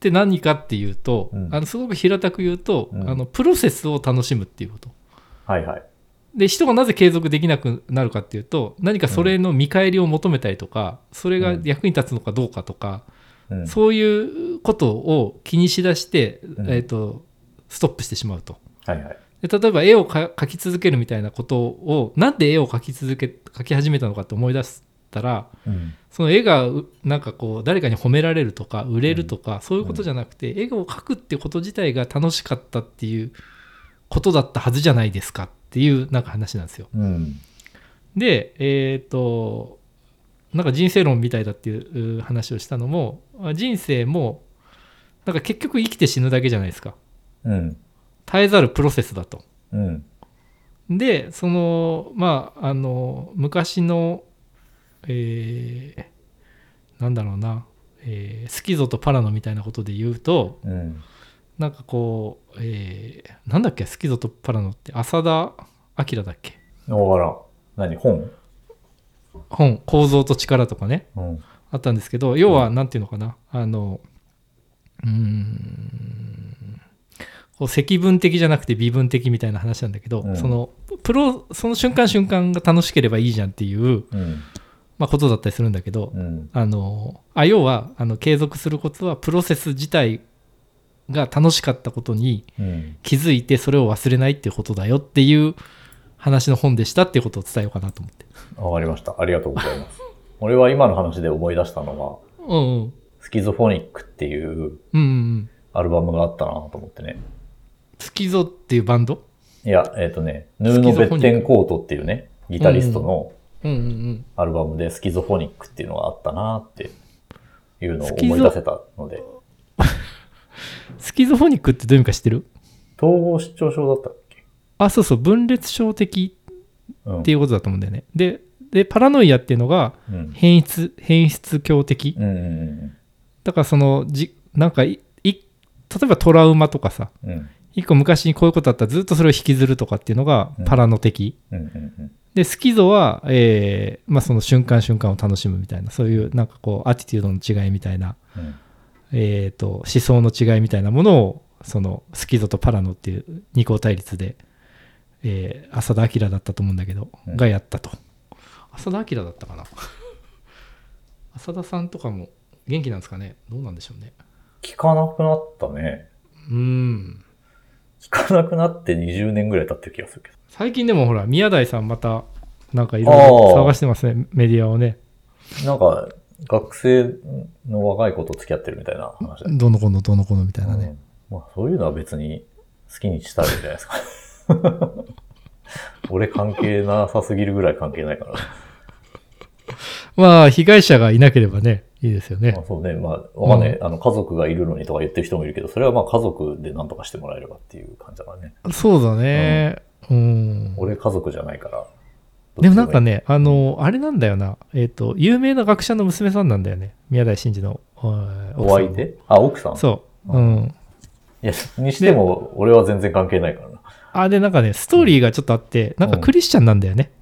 Speaker 1: て何かっていうと、
Speaker 2: うん
Speaker 1: あのすごく平たく言うと、
Speaker 2: うん
Speaker 1: あのプロセスを楽しむっていうこと。
Speaker 2: はいはい。
Speaker 1: で人がなぜ継続できなくなるかっていうと何かそれの見返りを求めたりとか、それが役に立つのかどうかとか、
Speaker 2: うん。
Speaker 1: そういうことを気にしだして、
Speaker 2: ん
Speaker 1: えー、とストップしてしまうと。
Speaker 2: はいはい。
Speaker 1: で例えば絵をか描き続けるみたいなことをなんで絵を描き続け描き始めたのかって思い出したら
Speaker 2: うん。
Speaker 1: その絵がうなんかこう誰かに褒められるとか売れるとか、そういうことじゃなくて、絵を描くってこと自体が楽しかったっていうことだったはずじゃないですかっていうなんか話なんですよ。
Speaker 2: うん。
Speaker 1: でえっ、となんか人生論みたいだっていうう話をしたのもあ人生もなんか結局生きて死ぬだけじゃないですか
Speaker 2: うん。
Speaker 1: 絶えざるプロセスだと。
Speaker 2: うん。
Speaker 1: でそのまああの昔のえーなんだろうな、えースキゾとパラノみたいなことで言うと
Speaker 2: うん。
Speaker 1: なんかこう、えーなんだっけスキゾとパラノって浅田明だっけ
Speaker 2: わからん。何本
Speaker 1: 本「構造と力」とかね
Speaker 2: うん。
Speaker 1: あったんですけど要は何ていうのかな、あのうーんこう積分的じゃなくて微分的みたいな話なんだけど、
Speaker 2: うん
Speaker 1: そのプロその瞬間瞬間が楽しければいいじゃんっていう、
Speaker 2: うん。
Speaker 1: まあ、ことだったりするんだけど、
Speaker 2: うん。
Speaker 1: あのあ要はあの継続するコツはプロセス自体が楽しかったことに
Speaker 2: うん。
Speaker 1: 気づいてそれを忘れないっていうことだよっていう話の本でしたっていうことを伝えようかなと思って。
Speaker 2: わかりました。ありがとうございます。俺は今の話で思い出したのは、
Speaker 1: うんうん
Speaker 2: スキゾフォニックっていう
Speaker 1: うんうん、
Speaker 2: アルバムがあったなと思ってね。
Speaker 1: スキゾっていうバンド
Speaker 2: いや、えっ、とね、ヌーノ・ベッテンコートっていうね、ギタリストの
Speaker 1: うんうんうん
Speaker 2: アルバムでスキゾフォニックっていうのがあったなっていうのを
Speaker 1: スキゾ
Speaker 2: 思い出せたので、
Speaker 1: スキゾフォニックってどういう意味か知ってる
Speaker 2: 統合失調症だったっけ
Speaker 1: あ、そうそう、分裂症的
Speaker 2: うん
Speaker 1: っていうことだと思うんだよね。で、でパラノイアっていうのが
Speaker 2: うん。
Speaker 1: 変質、変質狂的
Speaker 2: う。んうん
Speaker 1: だからその、じなんかい、い例えばトラウマとかさ、
Speaker 2: うん。うん
Speaker 1: 一個昔にこういうことあったらずっとそれを引きずるとかっていうのが
Speaker 2: うん
Speaker 1: パラノ的。
Speaker 2: うんうん
Speaker 1: で、スキゾは、えーまあその瞬間瞬間を楽しむみたいな、そういうなんかこう、アティテュードの違いみたいな、
Speaker 2: うんうん。
Speaker 1: えーと、思想の違いみたいなものを、そのスキゾとパラノっていう二項対立で、えー浅田明だったと思うんだけど、
Speaker 2: うん
Speaker 1: がやったと。浅田明だったかな 浅田さんとかも元気なんですかねどうなんでしょうね。
Speaker 2: 聞かなくなったね。
Speaker 1: うーん。
Speaker 2: 聞かなくなって20年ぐらい経ってる気がするけど。
Speaker 1: 最近でもほら、宮台さんまた、なんかいろいろ
Speaker 2: あー
Speaker 1: 探してますね、メディアをね。
Speaker 2: なんか、学生の若い子と付き合ってるみたいな話だよね。
Speaker 1: どの子のどの子のみたいなね。
Speaker 2: うんまあ、そういうのは別に好きにしたらいいんじゃないですか。 俺関係なさすぎるぐらい関係ないから。
Speaker 1: まあ、被害者がいなければね、いいですよね
Speaker 2: まあ、。そうね。まあ、わかんない。あの、家族がいるのにとか言ってる人もいるけど、それはまあ家族で何とかしてもらえればっていう感じだからね。
Speaker 1: そうだね。うん。
Speaker 2: 俺家族じゃないから。
Speaker 1: でもなんか。ね、あの、あれなんだよな、えっ、と、有名な学者の娘さんなんだよね、宮台真司のお
Speaker 2: お相手あ、奥さん
Speaker 1: そう。うん。
Speaker 2: いや、にしても俺は全然関係ないからな。
Speaker 1: あ、で、なんかね、ストーリーがちょっとあって、なんかクリスチャンなんだよね。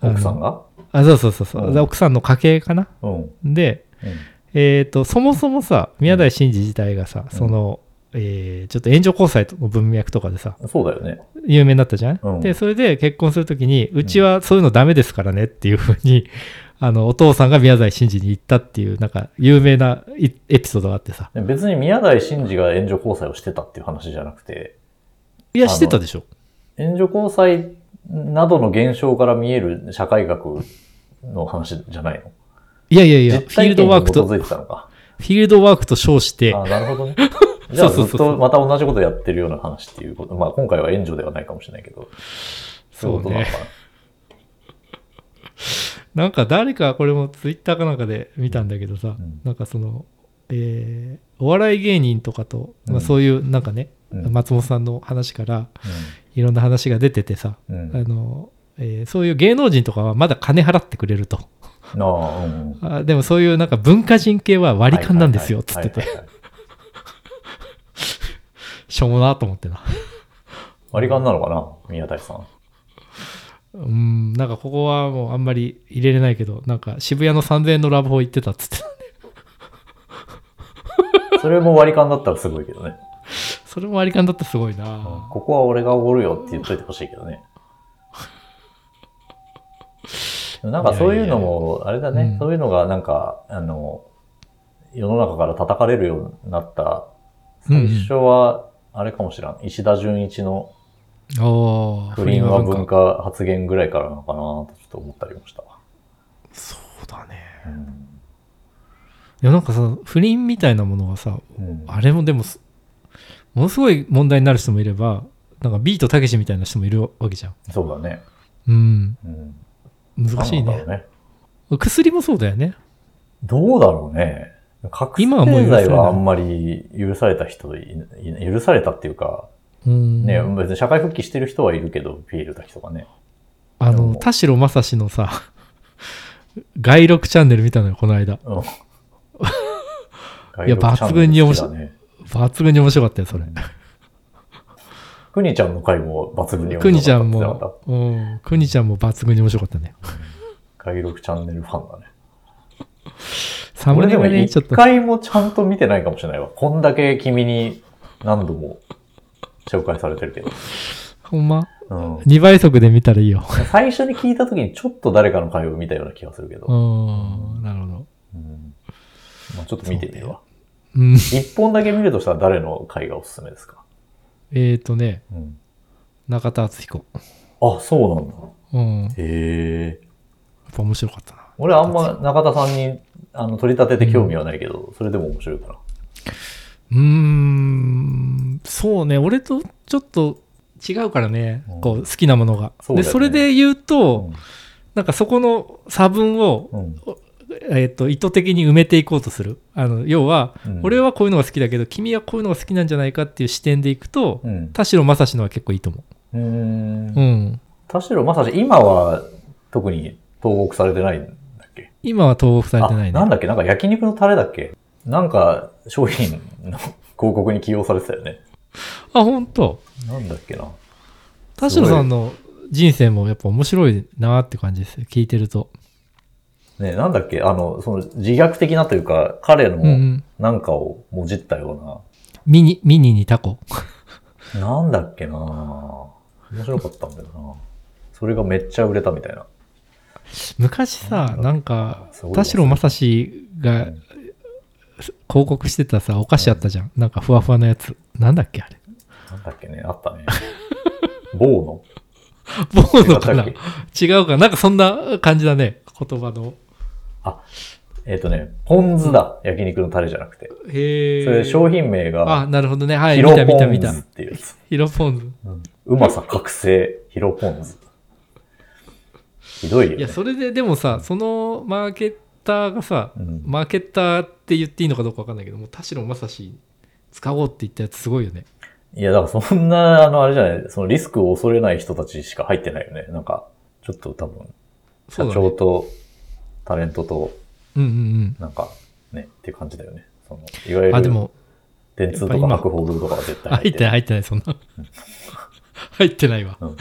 Speaker 2: 奥さん
Speaker 1: が
Speaker 2: が
Speaker 1: あそうそうそうそう、
Speaker 2: うん
Speaker 1: で奥さんの家系かな。
Speaker 2: うん。うん。
Speaker 1: で、えっ、と、そもそもさ、宮台真司自体がさ、その、えーちょっと援助交際の文脈とかでさ、
Speaker 2: そうだよね。
Speaker 1: 有名になったじゃん、
Speaker 2: うん
Speaker 1: でそれで結婚するときにうちはそういうのダメですからねっていうふうに、あのお父さんが宮台真司に言ったっていうなんか有名ないエピソードがあってさ
Speaker 2: で別に宮台真司が援助交際をしてたっていう話じゃなくて、
Speaker 1: いやしてたでしょ
Speaker 2: 援助交際などの現象から見える社会学の話じゃないの
Speaker 1: いやいやいやフィ
Speaker 2: 実
Speaker 1: ー
Speaker 2: 体
Speaker 1: ル
Speaker 2: 験
Speaker 1: ド
Speaker 2: に
Speaker 1: ワークと
Speaker 2: 基
Speaker 1: フ
Speaker 2: づいてたのか。
Speaker 1: ィールドワークと称して
Speaker 2: あなるほどね。じゃあ
Speaker 1: そう
Speaker 2: ず
Speaker 1: そうそう
Speaker 2: っ
Speaker 1: そう
Speaker 2: とまた同じことやってるような話っていうこと、まあ今回は援助ではないかもしれないけど、そういうことなのかな。
Speaker 1: なんか誰かこれもツイッターかなんかで見たんだけどさ、
Speaker 2: うん
Speaker 1: なんかその、えーお笑い芸人とかと、ま
Speaker 2: う
Speaker 1: あ、
Speaker 2: ん
Speaker 1: そういうなんかね、
Speaker 2: うん
Speaker 1: 松本さんの話からいろんな話が出ててさ、
Speaker 2: うん。
Speaker 1: あのえーそういう芸能人とかはまだ金払ってくれると
Speaker 2: うん。ああ、うん。
Speaker 1: あでもそういうなんか文化人系は割り勘なんですよっつって
Speaker 2: はい
Speaker 1: て
Speaker 2: はいはいはい
Speaker 1: しょうもなと思ってな
Speaker 2: 割り勘なのかな宮台さん。
Speaker 1: うんなんかここはもうあんまり入れれないけどなんか渋谷の3000円のラブホ行ってたっつって た
Speaker 2: それも割り勘だったらすごいけどね。
Speaker 1: それも割り勘だったらすごいな、
Speaker 2: ここは俺がおごるよって言っといてほしいけどね。でもなんかそういうのも、あれだね、
Speaker 1: うん
Speaker 2: そういうのがなんか、あの、世の中から叩かれるようになった、
Speaker 1: うんう
Speaker 2: 最
Speaker 1: ん
Speaker 2: 初は、あれかもしらん、石田純一の
Speaker 1: ああ
Speaker 2: 不倫は文化発言ぐらいからなのかなとちょっと思ったりもしたわ。
Speaker 1: そうだね
Speaker 2: うん
Speaker 1: いやなんかさ不倫みたいなものはさ
Speaker 2: うん
Speaker 1: あれもでもすものすごい問題になる人もいればなんかビートたけしみたいな人もいるわけじゃん
Speaker 2: そうだね。
Speaker 1: うん
Speaker 2: うん
Speaker 1: 難しい
Speaker 2: なんだろ
Speaker 1: ね
Speaker 2: うね。
Speaker 1: 薬もそうだよね
Speaker 2: どうだろうね。覚醒
Speaker 1: 今はもう許されない
Speaker 2: 剤はあんまり許された人いい許されたっていうか、
Speaker 1: うん
Speaker 2: ね、別に社会復帰してる人はいるけど、ビールだけとかね。
Speaker 1: あ
Speaker 2: で
Speaker 1: の
Speaker 2: も
Speaker 1: 田代正史のさ 外録チャンネル見たのよこの間
Speaker 2: うん。
Speaker 1: いや抜群に面白い
Speaker 2: 外力チャンネル好きだね。
Speaker 1: 抜群に面白かったよそれ
Speaker 2: くにちゃんの回も抜群 に面白か
Speaker 1: くに
Speaker 2: った。
Speaker 1: ちゃん
Speaker 2: なかっ
Speaker 1: もうんくにちゃんも抜群に面白かったね
Speaker 2: た。外力チャンネルファンだね。
Speaker 1: サム
Speaker 2: 俺
Speaker 1: ネ
Speaker 2: でも
Speaker 1: がねちょっ
Speaker 2: 一
Speaker 1: と
Speaker 2: 回もちゃんと見てないかもしれないわ。こんだけ君に何度も紹介されてるけど。
Speaker 1: ほんま
Speaker 2: うん、
Speaker 1: 2倍速で見たらいいよ
Speaker 2: 最初に聞いた時にちょっと誰かの回を見たような気がするけど。
Speaker 1: うんなるほど
Speaker 2: うんまあ、ちょっと見てみるわ。
Speaker 1: うん
Speaker 2: 一本だけ見るとしたら誰の回がおすすめですか、
Speaker 1: えっ、ー、とね
Speaker 2: うん、
Speaker 1: 中田敦彦
Speaker 2: あ、そうなんだ。
Speaker 1: うんやっ
Speaker 2: へえ。
Speaker 1: ぱ面白かったな
Speaker 2: 俺あんま中田さんにあの取り立てて興味はないけど、それでも面白いか
Speaker 1: うーんそうね俺とちょっと違うからね、
Speaker 2: うん
Speaker 1: こう好きなものが
Speaker 2: そうだ
Speaker 1: で
Speaker 2: よね
Speaker 1: それで言う
Speaker 2: ら。
Speaker 1: と、なんかそこの差分を、
Speaker 2: うん。うん
Speaker 1: えー、と意図的に埋めていこうとするあの要は、
Speaker 2: うん
Speaker 1: 俺はこういうのが好きだけど君はこういうのが好きなんじゃないかっていう視点でいくと、
Speaker 2: うん。
Speaker 1: 田代正史のは結構いいと思
Speaker 2: うーん
Speaker 1: う、うん、
Speaker 2: 田代正史、今は特に投獄されてないんだっけ
Speaker 1: 今は投獄されてない
Speaker 2: あ、な
Speaker 1: ね
Speaker 2: んだっけなんか焼肉のタレだっけなんか商品の広告に起用されてたよね。
Speaker 1: あ本当
Speaker 2: なんだっけな。
Speaker 1: 田代さんの人生もやっぱ面白いなって感じですよ聞いてると
Speaker 2: ね、なんだっけあの、その自虐的なというか、彼
Speaker 1: うんう
Speaker 2: の
Speaker 1: ん
Speaker 2: なんかをもじったような、
Speaker 1: ミニミニにタコ
Speaker 2: なんだっけなぁ面白かったんだよなそれがめっちゃ売れたみたいな。
Speaker 1: 昔さなんか
Speaker 2: すごい
Speaker 1: 田代正史が
Speaker 2: うん
Speaker 1: 広告してたさお菓子あったじゃんなんかふわふわのやつなんだっけあれ
Speaker 2: なんだっけねあ ったね。某
Speaker 1: ボー
Speaker 2: の
Speaker 1: ノかな
Speaker 2: 違ったっ
Speaker 1: 違うかなんかそんな感じだね言葉の
Speaker 2: けえっ、とね、ポン酢だ。焼肉のタレじゃなくて。
Speaker 1: へえ
Speaker 2: それ商品名
Speaker 1: あ
Speaker 2: が、
Speaker 1: なるほどねはい
Speaker 2: ヒ
Speaker 1: 見
Speaker 2: ロ
Speaker 1: た見
Speaker 2: ポ
Speaker 1: た見
Speaker 2: ン
Speaker 1: た
Speaker 2: 酢っていうやつ。
Speaker 1: ヒロポンズ
Speaker 2: うまさ覚醒、ヒロポン酢。ひどいよ、ね。
Speaker 1: いやそれででもさそのマーケッターがさ
Speaker 2: うん
Speaker 1: マーケッターって言っていいのかどうかわかんないけどもう田代正史使おうって言ったやつすごいよね
Speaker 2: いや、だからそんな、あの、あれじゃない、そのリスクを恐れない人たちしか入ってないよね。なんか、ちょっと多分、
Speaker 1: そ
Speaker 2: 社
Speaker 1: うだね
Speaker 2: 長とタレントと、
Speaker 1: うんうん
Speaker 2: なんか、ね、っていう感じだよね。その、いわゆ
Speaker 1: うんあで
Speaker 2: る、
Speaker 1: も
Speaker 2: 電通
Speaker 1: やっ
Speaker 2: と
Speaker 1: ぱ
Speaker 2: か
Speaker 1: 今
Speaker 2: 博報堂とかは絶対
Speaker 1: 入ってない入ってないそんな入ってないわ、
Speaker 2: うん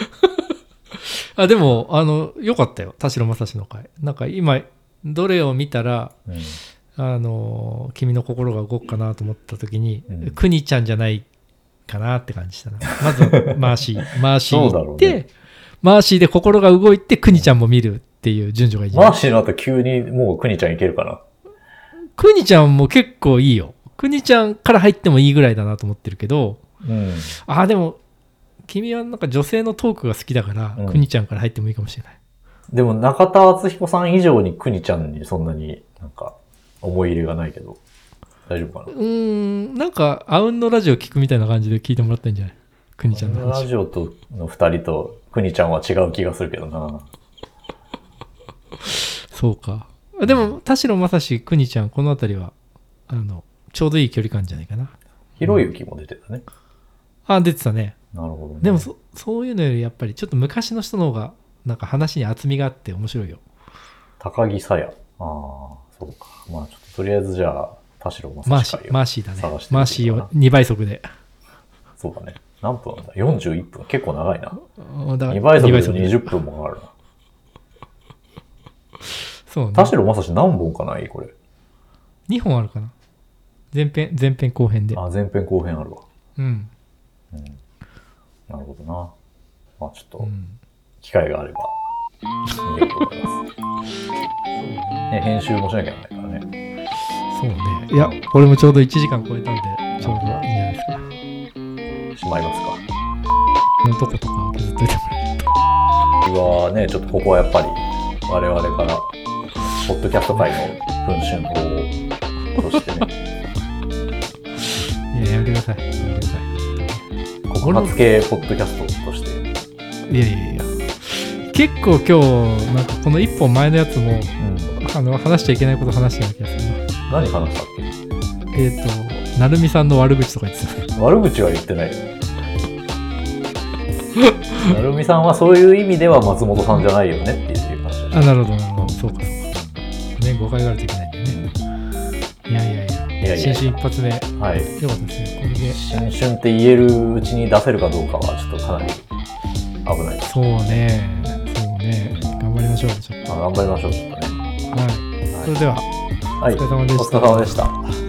Speaker 1: あでもあの良かったよ田代正史の回なんか今どれを見たら
Speaker 2: うん
Speaker 1: あの君の心が動くかなと思った時に
Speaker 2: うん
Speaker 1: くに、ちゃんじゃないかなって感じしたなまずマーシ ーマーシー行っ
Speaker 2: そうだ
Speaker 1: て、
Speaker 2: ろう
Speaker 1: マーシーで心が動いてくにちゃんも見るっていう順序がいいじゃ
Speaker 2: マー
Speaker 1: ん
Speaker 2: シーの後急にもうクニちゃんいけるかな。
Speaker 1: くにちゃんも結構いいよくにちゃんから入ってもいいぐらいだなと思ってるけど
Speaker 2: うん。
Speaker 1: あーでも君はなんか女性のトークが好きだから、
Speaker 2: うん
Speaker 1: くにちゃんから入ってもいいかもしれない
Speaker 2: でも中田敦彦さん以上にクニちゃんにそんなになんか思い入れがないけど。大丈夫かな
Speaker 1: うーん、なんか、アウンのラジオ聞くみたいな感じで聞いてもらったんじゃないくにちゃんの
Speaker 2: ラ
Speaker 1: 話。
Speaker 2: ジオとの二人と、くにちゃんは違う気がするけどな。
Speaker 1: そうか。あでも、田代正史、くにちゃん、この辺りは、あの、ちょうどいい距離感じゃないかな。
Speaker 2: ひろゆきも出てたね。
Speaker 1: あ、出てたね。
Speaker 2: なるほど、ね。
Speaker 1: でもそ、そういうのより、やっぱり、ちょっと昔の人の方が、なんか話に厚みがあって面白いよ。
Speaker 2: 高木さや。ああ、そうか。まあちょっととりあえずじゃあ、田代正
Speaker 1: マー
Speaker 2: 史
Speaker 1: シ
Speaker 2: 会
Speaker 1: ー、
Speaker 2: を
Speaker 1: マーシーだね
Speaker 2: 探し。てみ
Speaker 1: マー
Speaker 2: ようか
Speaker 1: シー
Speaker 2: な
Speaker 1: を2倍速で。
Speaker 2: そうだね。何分なんだ ?41 分。結構長いな。
Speaker 1: うんだから
Speaker 2: 2倍速で
Speaker 1: 二
Speaker 2: 20分もかかるな。
Speaker 1: そうね
Speaker 2: 田。代正史何本かないこれ。
Speaker 1: 2本あるかな。前編、前編後編で。
Speaker 2: あ、前編後編あるわ。
Speaker 1: うん。
Speaker 2: なるほどな。まあち
Speaker 1: う
Speaker 2: ょっと、
Speaker 1: ん。
Speaker 2: 機会があれば、見ようと思います。ね、編集もしなきゃいけないからね。
Speaker 1: そうね。いや、これもちょうど1時間超えたんで、ちょうどいいんじゃないですか。
Speaker 2: しまいますか。
Speaker 1: のとことかを削っといてもらえ
Speaker 2: 僕はね、ちょっとここはやっぱり我々から、ポッドキャスト界の文春法を、そして ね、
Speaker 1: る。いや、やめてください。やめてくださ
Speaker 2: 告発系ポッドキャストとして、
Speaker 1: い。いやいやいや。結構今日、なんかこの1本前のやつも、あの、話しちゃいけないこと話してる気がするな。
Speaker 2: 何話したっ
Speaker 1: えっ、ー、と、なるみさんの悪口とか言ってたね。
Speaker 2: け悪口は言ってな いよ。なるみさんはそういう意味では松本さんじゃないよねっていう話を
Speaker 1: あ、
Speaker 2: し
Speaker 1: なるほど、なるほど。そうか、そうか。ね、誤解があるといけないんでね。いやいやいや。
Speaker 2: いやいや
Speaker 1: 新春一発目、よか
Speaker 2: た。はい。
Speaker 1: ったですね。これで。
Speaker 2: 新春って言えるうちに出せるかどうかは、ちょっとかなり危ないです。
Speaker 1: そうね。そうね。頑張りましょう。ちょっ
Speaker 2: まあ頑張りましょう、ちょっとね。
Speaker 1: と。はい。
Speaker 2: はい
Speaker 1: それでは、
Speaker 2: はい、
Speaker 1: お疲れ様でした
Speaker 2: お疲れ様でした。